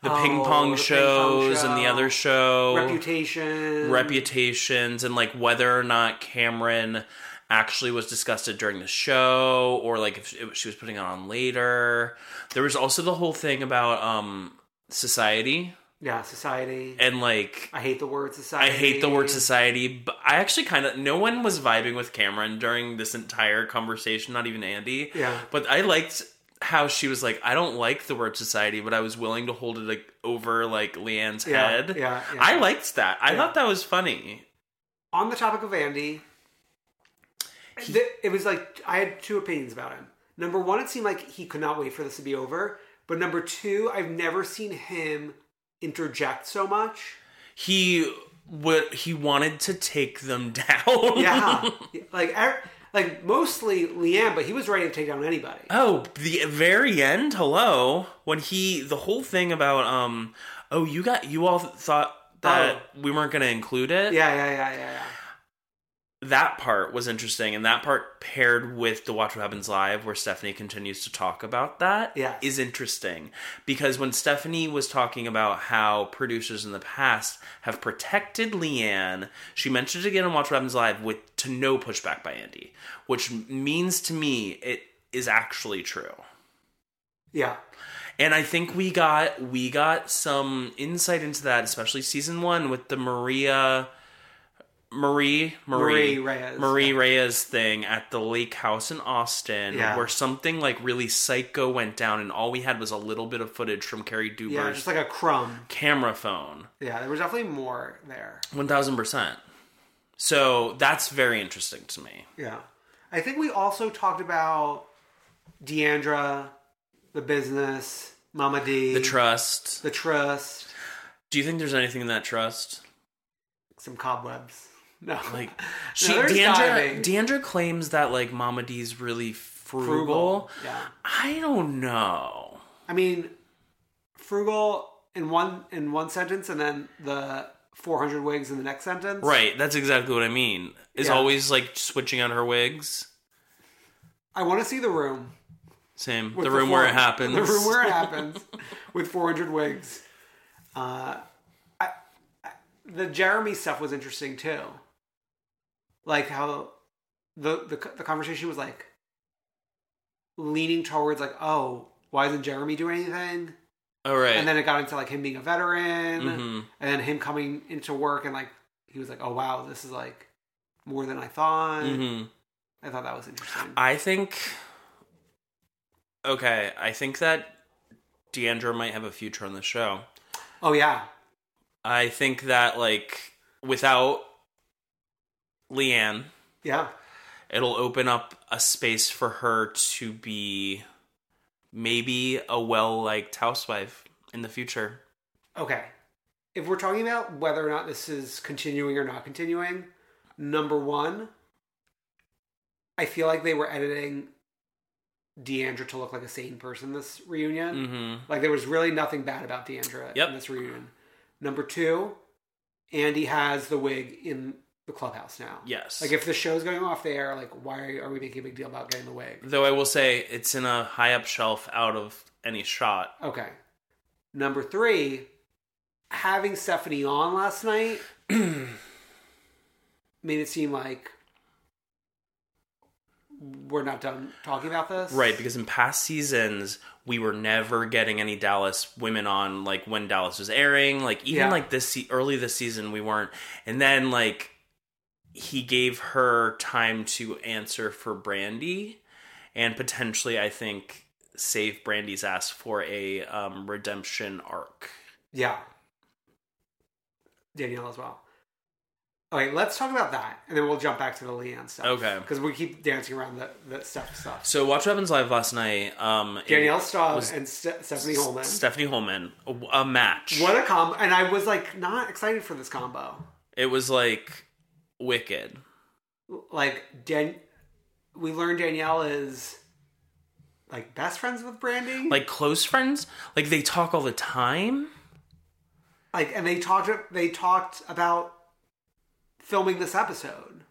S1: the
S2: Oh,
S1: ping
S2: the ping pong
S1: pong shows and the
S2: show.
S1: other show.
S2: Reputation,
S1: reputations and like whether or not Cameron actually was disgusted during the show or like if she if she was putting it on later. There was also the whole thing about um society
S2: yeah, society.
S1: and like
S2: I hate the word society.
S1: I hate the word society, but I actually kind of no one was vibing with Cameron during this entire conversation, not even Andy.
S2: Yeah.
S1: But I liked how she was like, I don't like the word society, but I was willing to hold it like over like Leanne's
S2: Yeah,
S1: head.
S2: yeah, yeah.
S1: I liked that. I thought that was funny.
S2: On the topic of Andy, th- it was like I had two opinions about him. Number one, it seemed like he could not wait for this to be over. But number two, I've never seen him interject so much.
S1: he would he wanted to take them down.
S2: Yeah, like er- like mostly Leanne, but he was ready to take down anybody.
S1: oh, the very end, hello, when he the whole thing about um oh, you got you all thought that we weren't going to include it.
S2: Oh. Yeah, yeah, yeah, yeah, yeah.
S1: That part was interesting and that part paired with the Watch What Happens Live where Stephanie continues to talk about that is
S2: Yes.
S1: interesting because when Stephanie was talking about how producers in the past have protected Leanne, she mentioned it again on Watch What Happens Live with to no pushback by Andy, which means to me it is actually true.
S2: Yeah,
S1: And I think we got we got some insight into that, especially season one with the Maria Marie Marie
S2: Marie Reyes.
S1: Marie Reyes thing at the lake house in Austin,
S2: Yeah.
S1: where something like really psycho went down, and all we had was a little bit of footage from Carrie Duber's
S2: yeah, just like a crumb.
S1: camera phone,
S2: Yeah, there was definitely more there.
S1: one thousand percent. So that's very interesting to me.
S2: Yeah, I think we also talked about Deandra, the business, Mama D,
S1: The trust.
S2: the trust,
S1: Do you think there's anything in that trust?
S2: some cobwebs. No,
S1: Like
S2: No,
S1: she
S2: there's
S1: Deandra,
S2: diving.
S1: Deandra claims that like Mama D's really frugal.
S2: frugal. Yeah,
S1: I don't know.
S2: I mean, frugal in one in one sentence, and then the four hundred wigs in the next sentence.
S1: Right, that's exactly what I mean. Is
S2: Yeah.
S1: always like switching on her wigs.
S2: I want to see the room.
S1: Same.
S2: With
S1: The room where it
S2: four-
S1: happens.
S2: The room where it happens with 400 wigs. Uh, the Jeremy stuff was interesting too. Like how the the the conversation was like leaning towards like, oh, why isn't Jeremy doing anything?
S1: All right.
S2: And then it got into like him being a veteran,
S1: Mhm.
S2: and then him coming into work and like he was like, oh wow, this is like more than I thought.
S1: hmm
S2: I thought that was interesting.
S1: I think. Okay, I think that Deandra might have a future on the show.
S2: oh yeah,
S1: I think that like without Leanne,
S2: yeah,
S1: it'll open up a space for her to be maybe a well liked housewife in the future.
S2: okay. If we're talking about whether or not this is continuing or not continuing, number one, I feel like they were editing Deandra to look like a sane person this reunion.
S1: hmm
S2: Like there was really nothing bad about Deandra
S1: Yep.
S2: in this reunion. Number two, Andy has the wig in the clubhouse now.
S1: Yes.
S2: Like if the show's going off the air, like why are we making a big deal about getting the wig?
S1: Though I will say it's in a high up shelf out of any shot.
S2: Okay. Number three, having Stephanie on last night made it seem like we're not done talking about this.
S1: Right, because in past seasons we were never getting any Dallas women on like when Dallas was airing, like even
S2: Yeah.
S1: like this se- early this season we weren't. And then like he gave her time to answer for Brandy and potentially I think save Brandy's ass for a um, redemption arc.
S2: Yeah. Danielle as well. Okay, let's talk about that, and then we'll jump back to the Leanne stuff.
S1: Okay.
S2: Because we keep dancing around the, the Steph stuff.
S1: So Watch Weapons Live last night um
S2: Danielle Staub
S1: was-
S2: and Ste- Stephanie Holman.
S1: Stephanie Holman a- a match.
S2: what a combo. And I was like, not excited for this combo.
S1: It was like wicked.
S2: Like, Dan- we learned Danielle is like best friends with Brandy.
S1: like close friends like they talk all the time
S2: like and they talked they talked about filming this episode.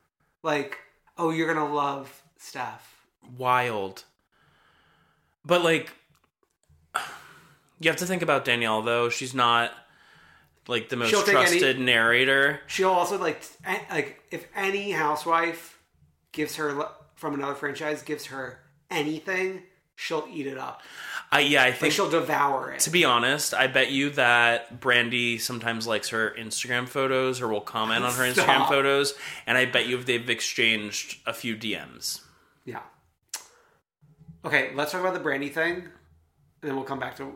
S2: Like, oh, you're gonna love Steph.
S1: wild but like you have to think about danielle though she's not like the most
S2: She'll take any-
S1: trusted narrator
S2: She'll also like t- an- like if any housewife gives her le- from another franchise gives her anything, she'll eat it up.
S1: i yeah i
S2: Like
S1: think
S2: she'll devour it.
S1: to be honest i bet you that brandy sometimes likes her instagram photos or will comment on her instagram
S2: Stop.
S1: photos and i bet you if they've exchanged a few dms
S2: yeah. Okay, let's talk about the brandy thing, and then we'll come back to.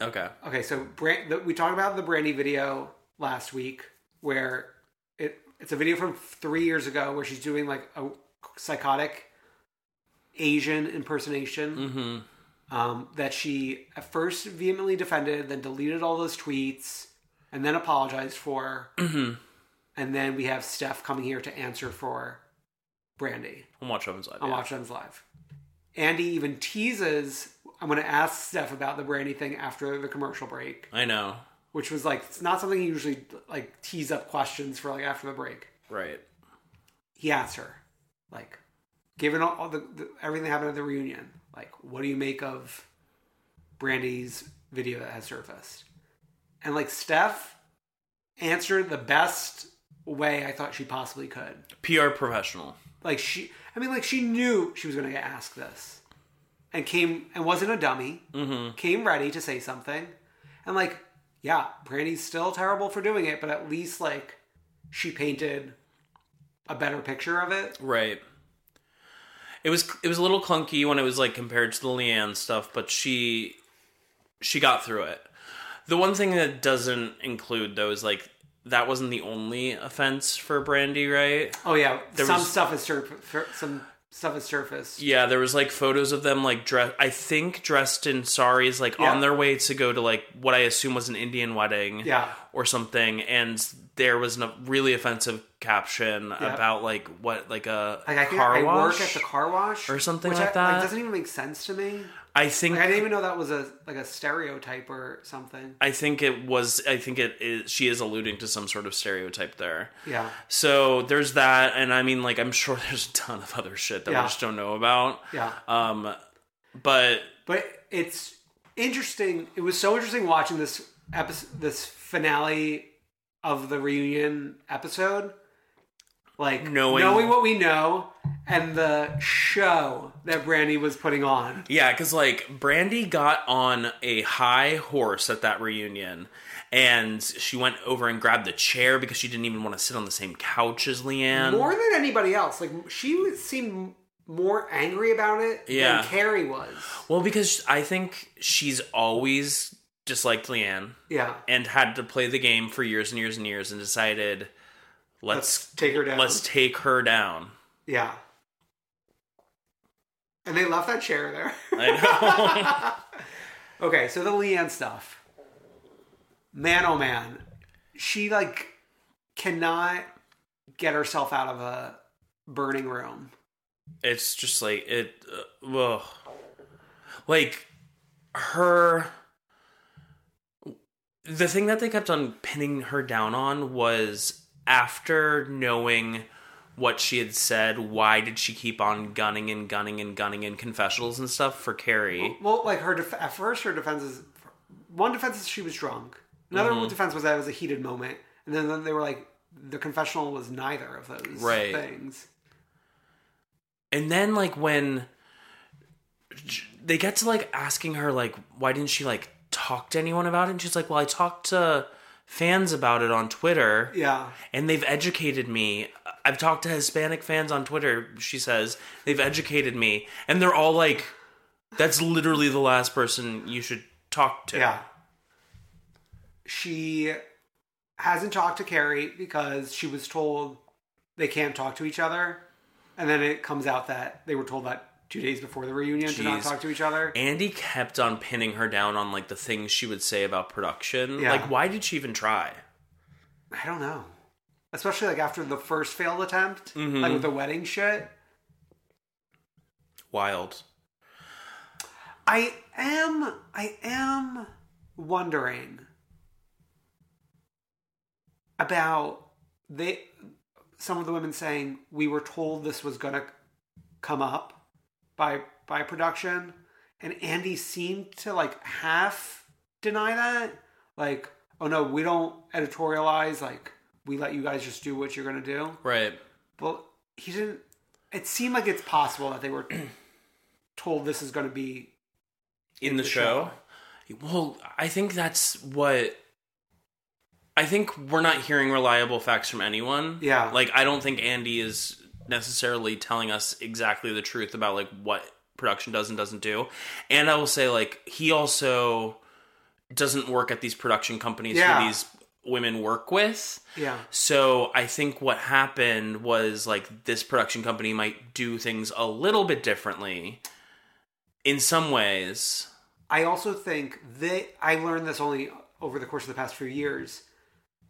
S1: okay
S2: Okay, so brand the, we talked about the brandy video last week, where it it's a video from three years ago where she's doing like a psychotic Asian impersonation.
S1: mm-hmm
S2: um, that she at first vehemently defended, then deleted all those tweets, and then apologized for. And then we have Steph coming here to answer for Brandy
S1: i'm watching Owen's live
S2: on
S1: yeah.
S2: Watch Them's Live. Andy even teases, I'm going to ask Steph about the Brandy thing after the commercial break,
S1: i know
S2: which was like, it's not something you usually like tease up questions for like after the break.
S1: right
S2: He asked her, like, given all, all the, the everything that happened at the reunion, like, what do you make of Brandy's video that has surfaced? And like Steph answered the best way I thought she possibly could.
S1: pr professional
S2: Like she, I mean, like she knew she was going to get asked this, and came and wasn't a dummy. Mm-hmm. Came ready to say something, and like, yeah, Brandy's still terrible for doing it, but at least like she painted a better picture of it.
S1: Right. It was it was a little clunky when it was like compared to the Leanne stuff, but she she got through it. The one thing that doesn't include though is like that wasn't the only offense for Brandy, right?
S2: Oh yeah, some
S1: was-
S2: stuff is surf- some stuff is surfaced.
S1: Yeah, there was like photos of them like dress I think dressed in saris like
S2: Yeah.
S1: on their way to go to like what I assume was an Indian wedding
S2: Yeah.
S1: or something and there was a really offensive caption
S2: Yeah.
S1: about like what like a
S2: Like I think
S1: car
S2: I
S1: wash
S2: work at the car wash
S1: or something
S2: which
S1: like
S2: I,
S1: that.
S2: doesn't even make sense to me.
S1: I think
S2: Like I didn't even know that was a like a stereotype or something.
S1: I think it was. I think it is. She is alluding to some sort of stereotype there.
S2: Yeah,
S1: So there's that, and I mean, like, I'm sure there's a ton of other shit that
S2: Yeah.
S1: we just don't know about.
S2: yeah.
S1: Um, but
S2: But it's interesting. It was so interesting watching this episode, this finale of the reunion episode, like
S1: Knowing-
S2: knowing what we know and the show that Brandy was putting on.
S1: Yeah, because like Brandy got on a high horse at that reunion, and she went over and grabbed the chair because she didn't even want to sit on the same couch as Leanne.
S2: more than anybody else. Like she seemed more angry about it
S1: Yeah.
S2: than Carrie was.
S1: well, because I think she's always disliked Leanne
S2: Yeah,
S1: and had to play the game for years and years and years, and decided let's
S2: let's take her down.
S1: let's take her down.
S2: yeah. And they left that chair there.
S1: I
S2: okay, so the Leanne stuff. Man, oh man, she like cannot get herself out of a burning room.
S1: it's just like it uh, well like her the thing that they kept on pinning her down on was after knowing what she had said why did she keep on gunning and gunning and gunning in confessionals and stuff for carrie
S2: Well, like her def- at first, her defense is one defense is she was drunk. Another
S1: Mm-hmm.
S2: defense was that it was a heated moment, and then they were like the confessional was neither of those
S1: Right.
S2: things.
S1: and then like when they get to like asking her like why didn't she like talk to anyone about it and she's like well i talked to fans about it on twitter
S2: Yeah,
S1: and they've educated me. I've talked to Hispanic fans on Twitter, she says. They've educated me. And they're all like, that's literally the last person you should talk to.
S2: yeah. She hasn't talked to Carrie because she was told they can't talk to each other, and then it comes out that they were told that two days before the reunion to not
S1: Jeez.
S2: talk to each other.
S1: Andy kept on pinning her down on like the things she would say about production.
S2: Yeah.
S1: Like, why did she even try?
S2: I don't know. Especially like after the first failed attempt,
S1: Mm-hmm.
S2: like with the wedding shit.
S1: Wild.
S2: I am I am wondering about they some of the women saying we were told this was going to come up by by production and Andy seemed to like half deny that like oh no we don't editorialize like we let you guys just do what you're going to do
S1: Right.
S2: well, he didn't. It seemed like it's possible that they were told this is going to be
S1: In, the,
S2: the
S1: show? Well, I think that's what. I think we're not hearing reliable facts from anyone.
S2: Yeah.
S1: Like, I don't think Andy is necessarily telling us exactly the truth about, like, what production does and doesn't do. And I will say, like, he also doesn't work at these production companies
S2: Yeah.
S1: who these women work with.
S2: yeah
S1: So I think what happened was like this production company might do things a little bit differently in some ways.
S2: I also think they. I learned this only over the course of the past few years.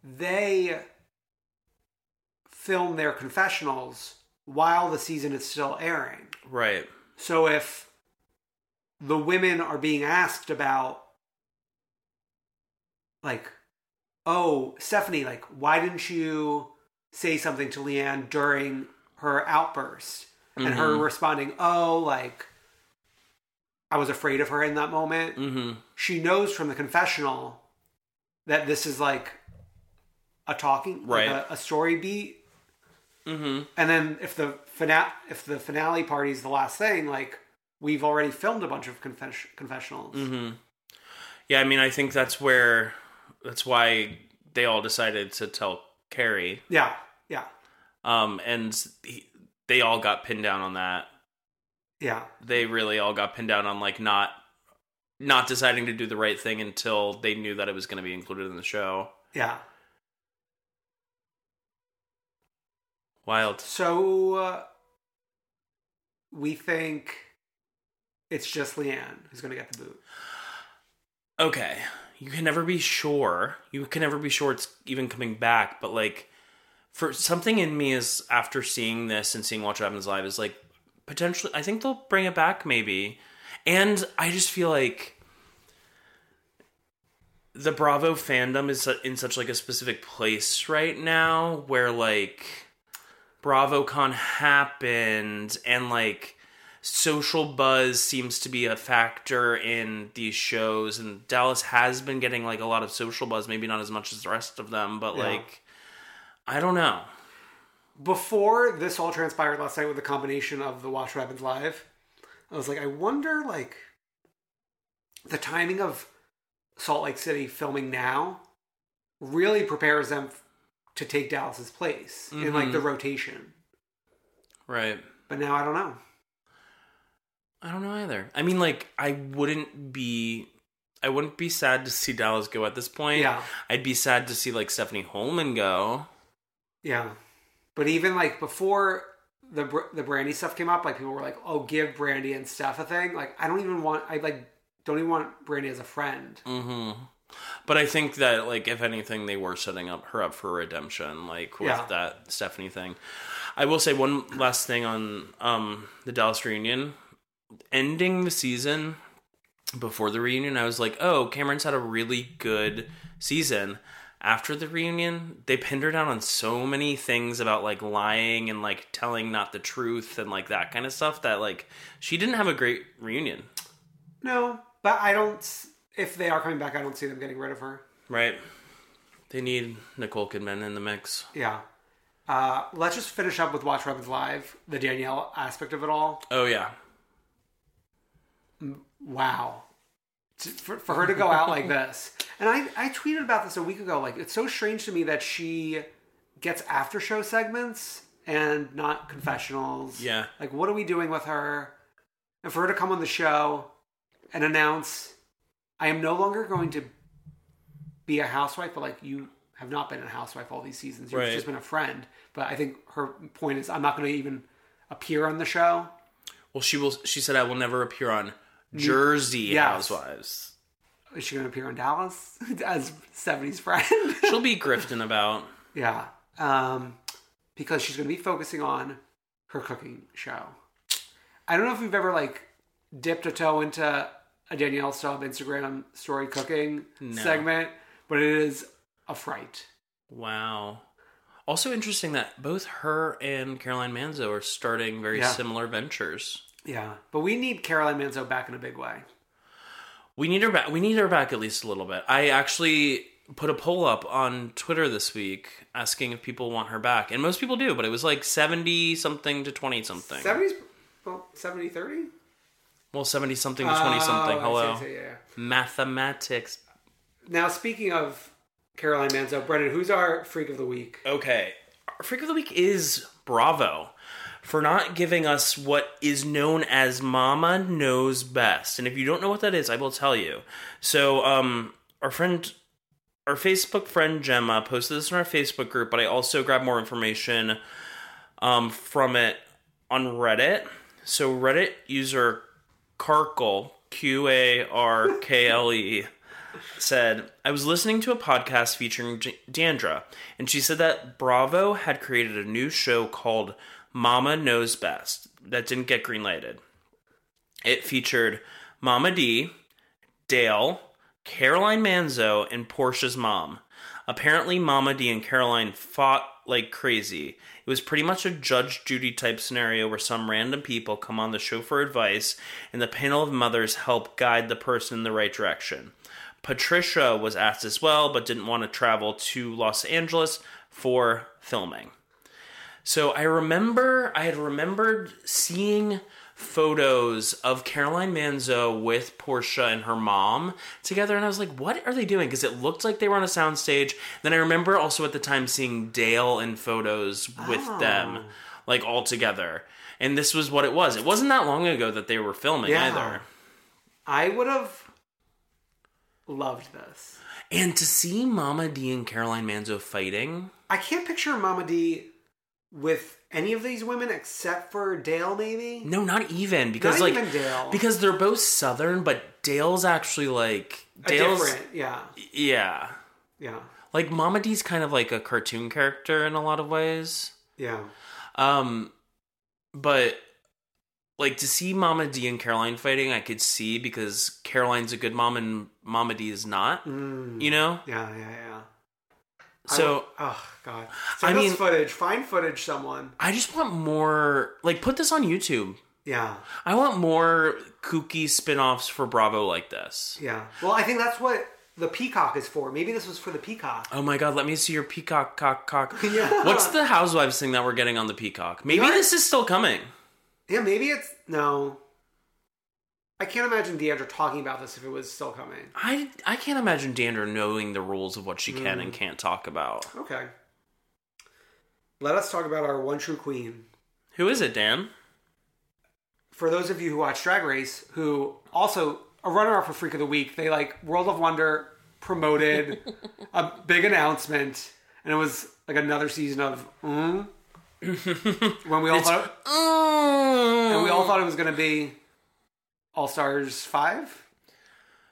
S2: They film their confessionals while the season is still airing.
S1: Right.
S2: So if the women are being asked about, like, oh, Stephanie, like, why didn't you say something to Leanne during her outburst? And her
S1: Mhm.
S2: responding, oh, like, I was afraid of her in that moment.
S1: Mm-hmm.
S2: She knows from the confessional that this is like a talking,
S1: Right.
S2: like, a, a story beat
S1: Mm-hmm.
S2: and then if the finale if the finale party is the last thing like we've already filmed a bunch of confes- confessionals
S1: Mm-hmm. Yeah, I mean, I think that's where that's why they all decided to tell Carrie,
S2: yeah yeah
S1: um, and he, they all got pinned down on that.
S2: yeah
S1: They really all got pinned down on like not not deciding to do the right thing until they knew that it was going to be included in the show.
S2: yeah
S1: Wild.
S2: so uh, we think it's just leanne who's gonna get the boot
S1: okay, you can never be sure. You can never be sure it's even coming back, but like for something in me is after seeing this and seeing Watch What Happens Live is like potentially I think they'll bring it back maybe. And I just feel like the Bravo fandom is su- in such like a specific place right now where like BravoCon happened and like social buzz seems to be a factor in these shows and Dallas has been getting like a lot of social buzz maybe not as much as the rest of them but like I don't know
S2: Before this all transpired last night with the combination of the Watch What Happens Live, I was like, I wonder like the timing of Salt Lake City filming now really prepares them f- to take Dallas's place in like the rotation.
S1: right
S2: But now I don't know.
S1: I don't know either I mean like I wouldn't be I wouldn't be sad to see Dallas go at this point
S2: Yeah.
S1: I'd be sad to see like Stephanie Holman go
S2: Yeah, but even like before the Br- the Brandy stuff came up, like people were like, "Oh, give Brandy and Steph a thing." Like, I don't even want. I like don't even want Brandy as a friend.
S1: hmm But I think that, like, if anything, they were setting up her up for redemption, like with
S2: Yeah.
S1: that Stephanie thing. I will say one last thing on um, the Dallas reunion. Ending the season before the reunion, I was like, "Oh, Cameron's had a really good season." After the reunion, they pinned her down on so many things about like lying and like telling not the truth and like that kind of stuff that like she didn't have a great reunion,
S2: No, but I don't. s- If they are coming back, I don't see them getting rid of her.
S1: right? They need Nicole Kidman in the mix.
S2: Yeah. Uh, let's just finish up with Watch What Happens Live, the Danielle aspect of it all.
S1: Oh yeah,
S2: Wow. To- For, for her to go out like this. And I, I tweeted about this a week ago. Like, it's so strange to me that she gets after show segments and not confessionals.
S1: Yeah.
S2: Like, what are we doing with her? And for her to come on the show and announce, I am no longer going to be a housewife, but like, you have not been a housewife all these seasons. You've
S1: Right.
S2: just been a friend. But I think her point is, I'm not going to even appear on the show.
S1: Well, she will. She said, "I will never appear on Jersey
S2: Yes.
S1: Housewives."
S2: Is she going to appear on Dallas as 70s friend?
S1: She'll be grifting about.
S2: yeah. Um, because she's going to be focusing on her cooking show. I don't know if we've ever like dipped a toe into a Danielle Staub Instagram story cooking
S1: No.
S2: segment, but it is a fright.
S1: Wow. Also interesting that both her and Caroline Manzo are starting very
S2: Yeah.
S1: similar ventures.
S2: Yeah. But we need Caroline Manzo back in a big way.
S1: We need her back. We need her back at least a little bit. I actually put a poll up on Twitter this week asking if people want her back, and most people do. But it was like seventy something to twenty something.
S2: 70s, well, 70, 30?
S1: Well, seventy something to twenty
S2: Oh,
S1: something. Hello, mathematics.
S2: Now, speaking of Caroline Manzo, Brendan, who's our freak of the week?
S1: Okay. Our freak of the week is Bravo for not giving us what is known as Mama Knows Best. And if you don't know what that is, I will tell you. So, um, our friend, our Facebook friend Gemma posted this in our Facebook group, but I also grabbed more information um, from it on Reddit. So, Reddit user Karkle, Q A R K L E, said, I was listening to a podcast featuring J- Dandra, and she said that Bravo had created a new show called Mama Knows Best that didn't get greenlighted. It featured Mama D, Dale, Caroline Manzo, and Portia's mom. Apparently, Mama D and Caroline fought like crazy. It was pretty much a Judge Judy type scenario where some random people come on the show for advice, and the panel of mothers help guide the person in the right direction. Patricia was asked as well, but didn't want to travel to Los Angeles for filming. So I remember, I had remembered seeing photos of Caroline Manzo with Portia and her mom together, and I was like, what are they doing? Because it looked like they were on a soundstage. Then I remember also at the time seeing Dale in photos with
S2: Oh.
S1: them, like all together. And this was what it was. It wasn't that long ago that they were filming
S2: Yeah.
S1: either.
S2: I would have loved this.
S1: And to see Mama D and Caroline Manzo fighting,
S2: I can't picture Mama D with any of these women except for Dale, maybe.
S1: no, not even because
S2: Not
S1: like
S2: even Dale.
S1: because they're both Southern, but Dale's actually like
S2: A
S1: Dale's
S2: different, yeah,
S1: yeah,
S2: yeah,
S1: like Mama D's kind of like a cartoon character in a lot of ways.
S2: yeah.
S1: Um, but like to see Mama D and Caroline fighting, I could see because Caroline's a good mom and Mama D is not.
S2: Mm.
S1: You know,
S2: yeah, yeah, yeah. I
S1: so
S2: would- oh god, Send
S1: I
S2: us
S1: mean-
S2: footage. Find footage, someone.
S1: I just want more. Like, put this on YouTube.
S2: Yeah.
S1: I want more kooky spin-offs for Bravo like this.
S2: Yeah. Well, I think that's what the peacock is for. Maybe this was for the peacock.
S1: Oh my god, let me see your peacock cock cock. What's the housewives thing that we're getting on the peacock? Maybe
S2: You're-
S1: this is still coming.
S2: Yeah, maybe it's no. I can't imagine Deandra talking about this if it was still coming.
S1: I I can't imagine Dandra knowing the rules of what she can
S2: Mm.
S1: and can't talk about.
S2: Okay. Let us talk about our one true queen.
S1: Who is it, Dan?
S2: For those of you who watch Drag Race, who also a runner-up for Freak of the Week, they like World of Wonder promoted a big announcement, and it was like another season of mm, when we all thought mm. and we all thought it was going to be All Stars Five.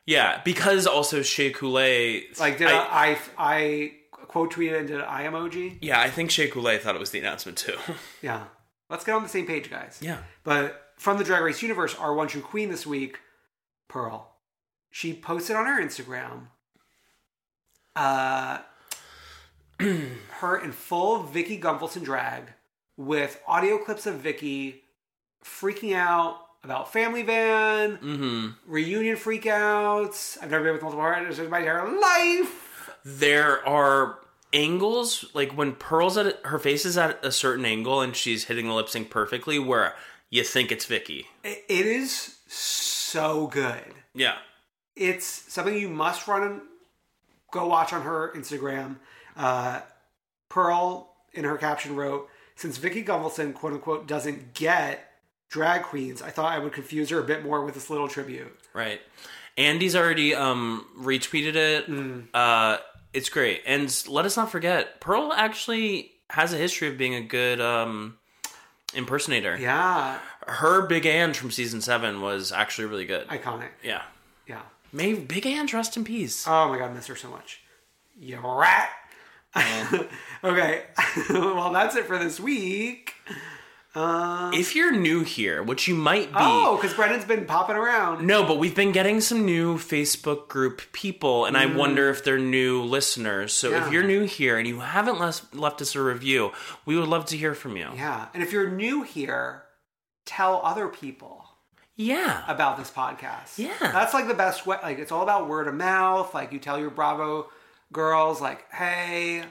S1: Yeah, because also Shea Coulee
S2: Like uh, did I I, I quote tweeted and did an I emoji?
S1: Yeah, I think Shea Coulee thought it was the announcement too.
S2: Yeah. Let's get on the same page, guys.
S1: yeah.
S2: But from the Drag Race universe, our one true queen this week, Pearl. She posted on her Instagram uh, her in full Vicky Gunvalson drag with audio clips of Vicky freaking out about Family Van,
S1: Mm-hmm.
S2: reunion freakouts. I've never been with multiple partners in my entire life.
S1: There are angles like when Pearl's at her face is at a certain angle and she's hitting the lip sync perfectly, where you think it's Vicky.
S2: It- it is so good.
S1: Yeah.
S2: it's something you must run and go watch on her Instagram. Uh, Pearl in her caption wrote, "Since Vicky Gumbelson, quote unquote, doesn't get drag queens, I thought I would confuse her a bit more with this little tribute."
S1: Right. Andy's already um, retweeted it.
S2: Mm.
S1: Uh, it's great. And s- let us not forget, Pearl actually has a history of being a good um, impersonator.
S2: Yeah,
S1: Her Big Ange from season seven was actually really good.
S2: iconic.
S1: yeah.
S2: Yeah.
S1: May Big Ange rest in peace.
S2: Oh my god, I miss her so much. You rat. okay. well, that's it for this week. Uh,
S1: if you're new here, which you might be,
S2: Oh, because Brendan's been popping around.
S1: No, but we've been getting some new Facebook group people, and I wonder if they're new listeners. So
S2: Mm. Yeah.
S1: if you're new here and you haven't les- left us a review, we would love to hear from you.
S2: Yeah, and if you're new here, tell other people.
S1: Yeah.
S2: about this podcast.
S1: Yeah.
S2: That's like the best way. Like, it's all about word of mouth. Like, you tell your Bravo girls, like, hey,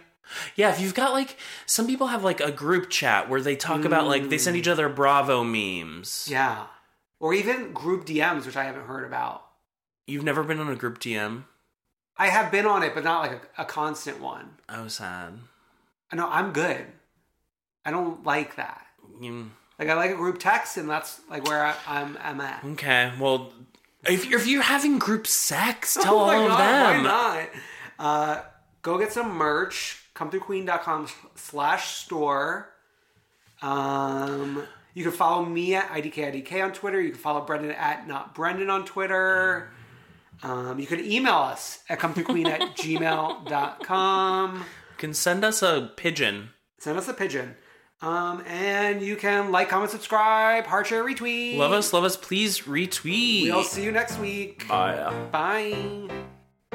S1: Yeah, if you've got like, some people have like a group chat where they talk about like, they send each other Bravo memes.
S2: yeah. Or even group DMs, which I haven't heard about.
S1: You've never been on a group DM?
S2: I have been on it, but not like a, a constant one.
S1: Oh, sad.
S2: I know I'm good. I don't like that.
S1: You-
S2: Like, I like a group text, and that's like where I, I'm, I'm at.
S1: Okay, well, if, you're- if you're having group sex, tell
S2: Oh
S1: all
S2: my
S1: of
S2: God,
S1: them.
S2: Why not? Uh, go get some merch. Come through queen.com slash store. Um, you can follow me at IDKIDK on Twitter. You can follow Brendan at not Brendan on Twitter. Um, you can email us at come through queen at gmail.com.
S1: You can send us a pigeon.
S2: Send us a pigeon. Um, and you can like, comment, subscribe, heart share, retweet.
S1: Love us, love us, please retweet.
S2: We'll see you next week.
S1: Bye.
S2: Bye.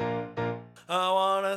S4: I wanna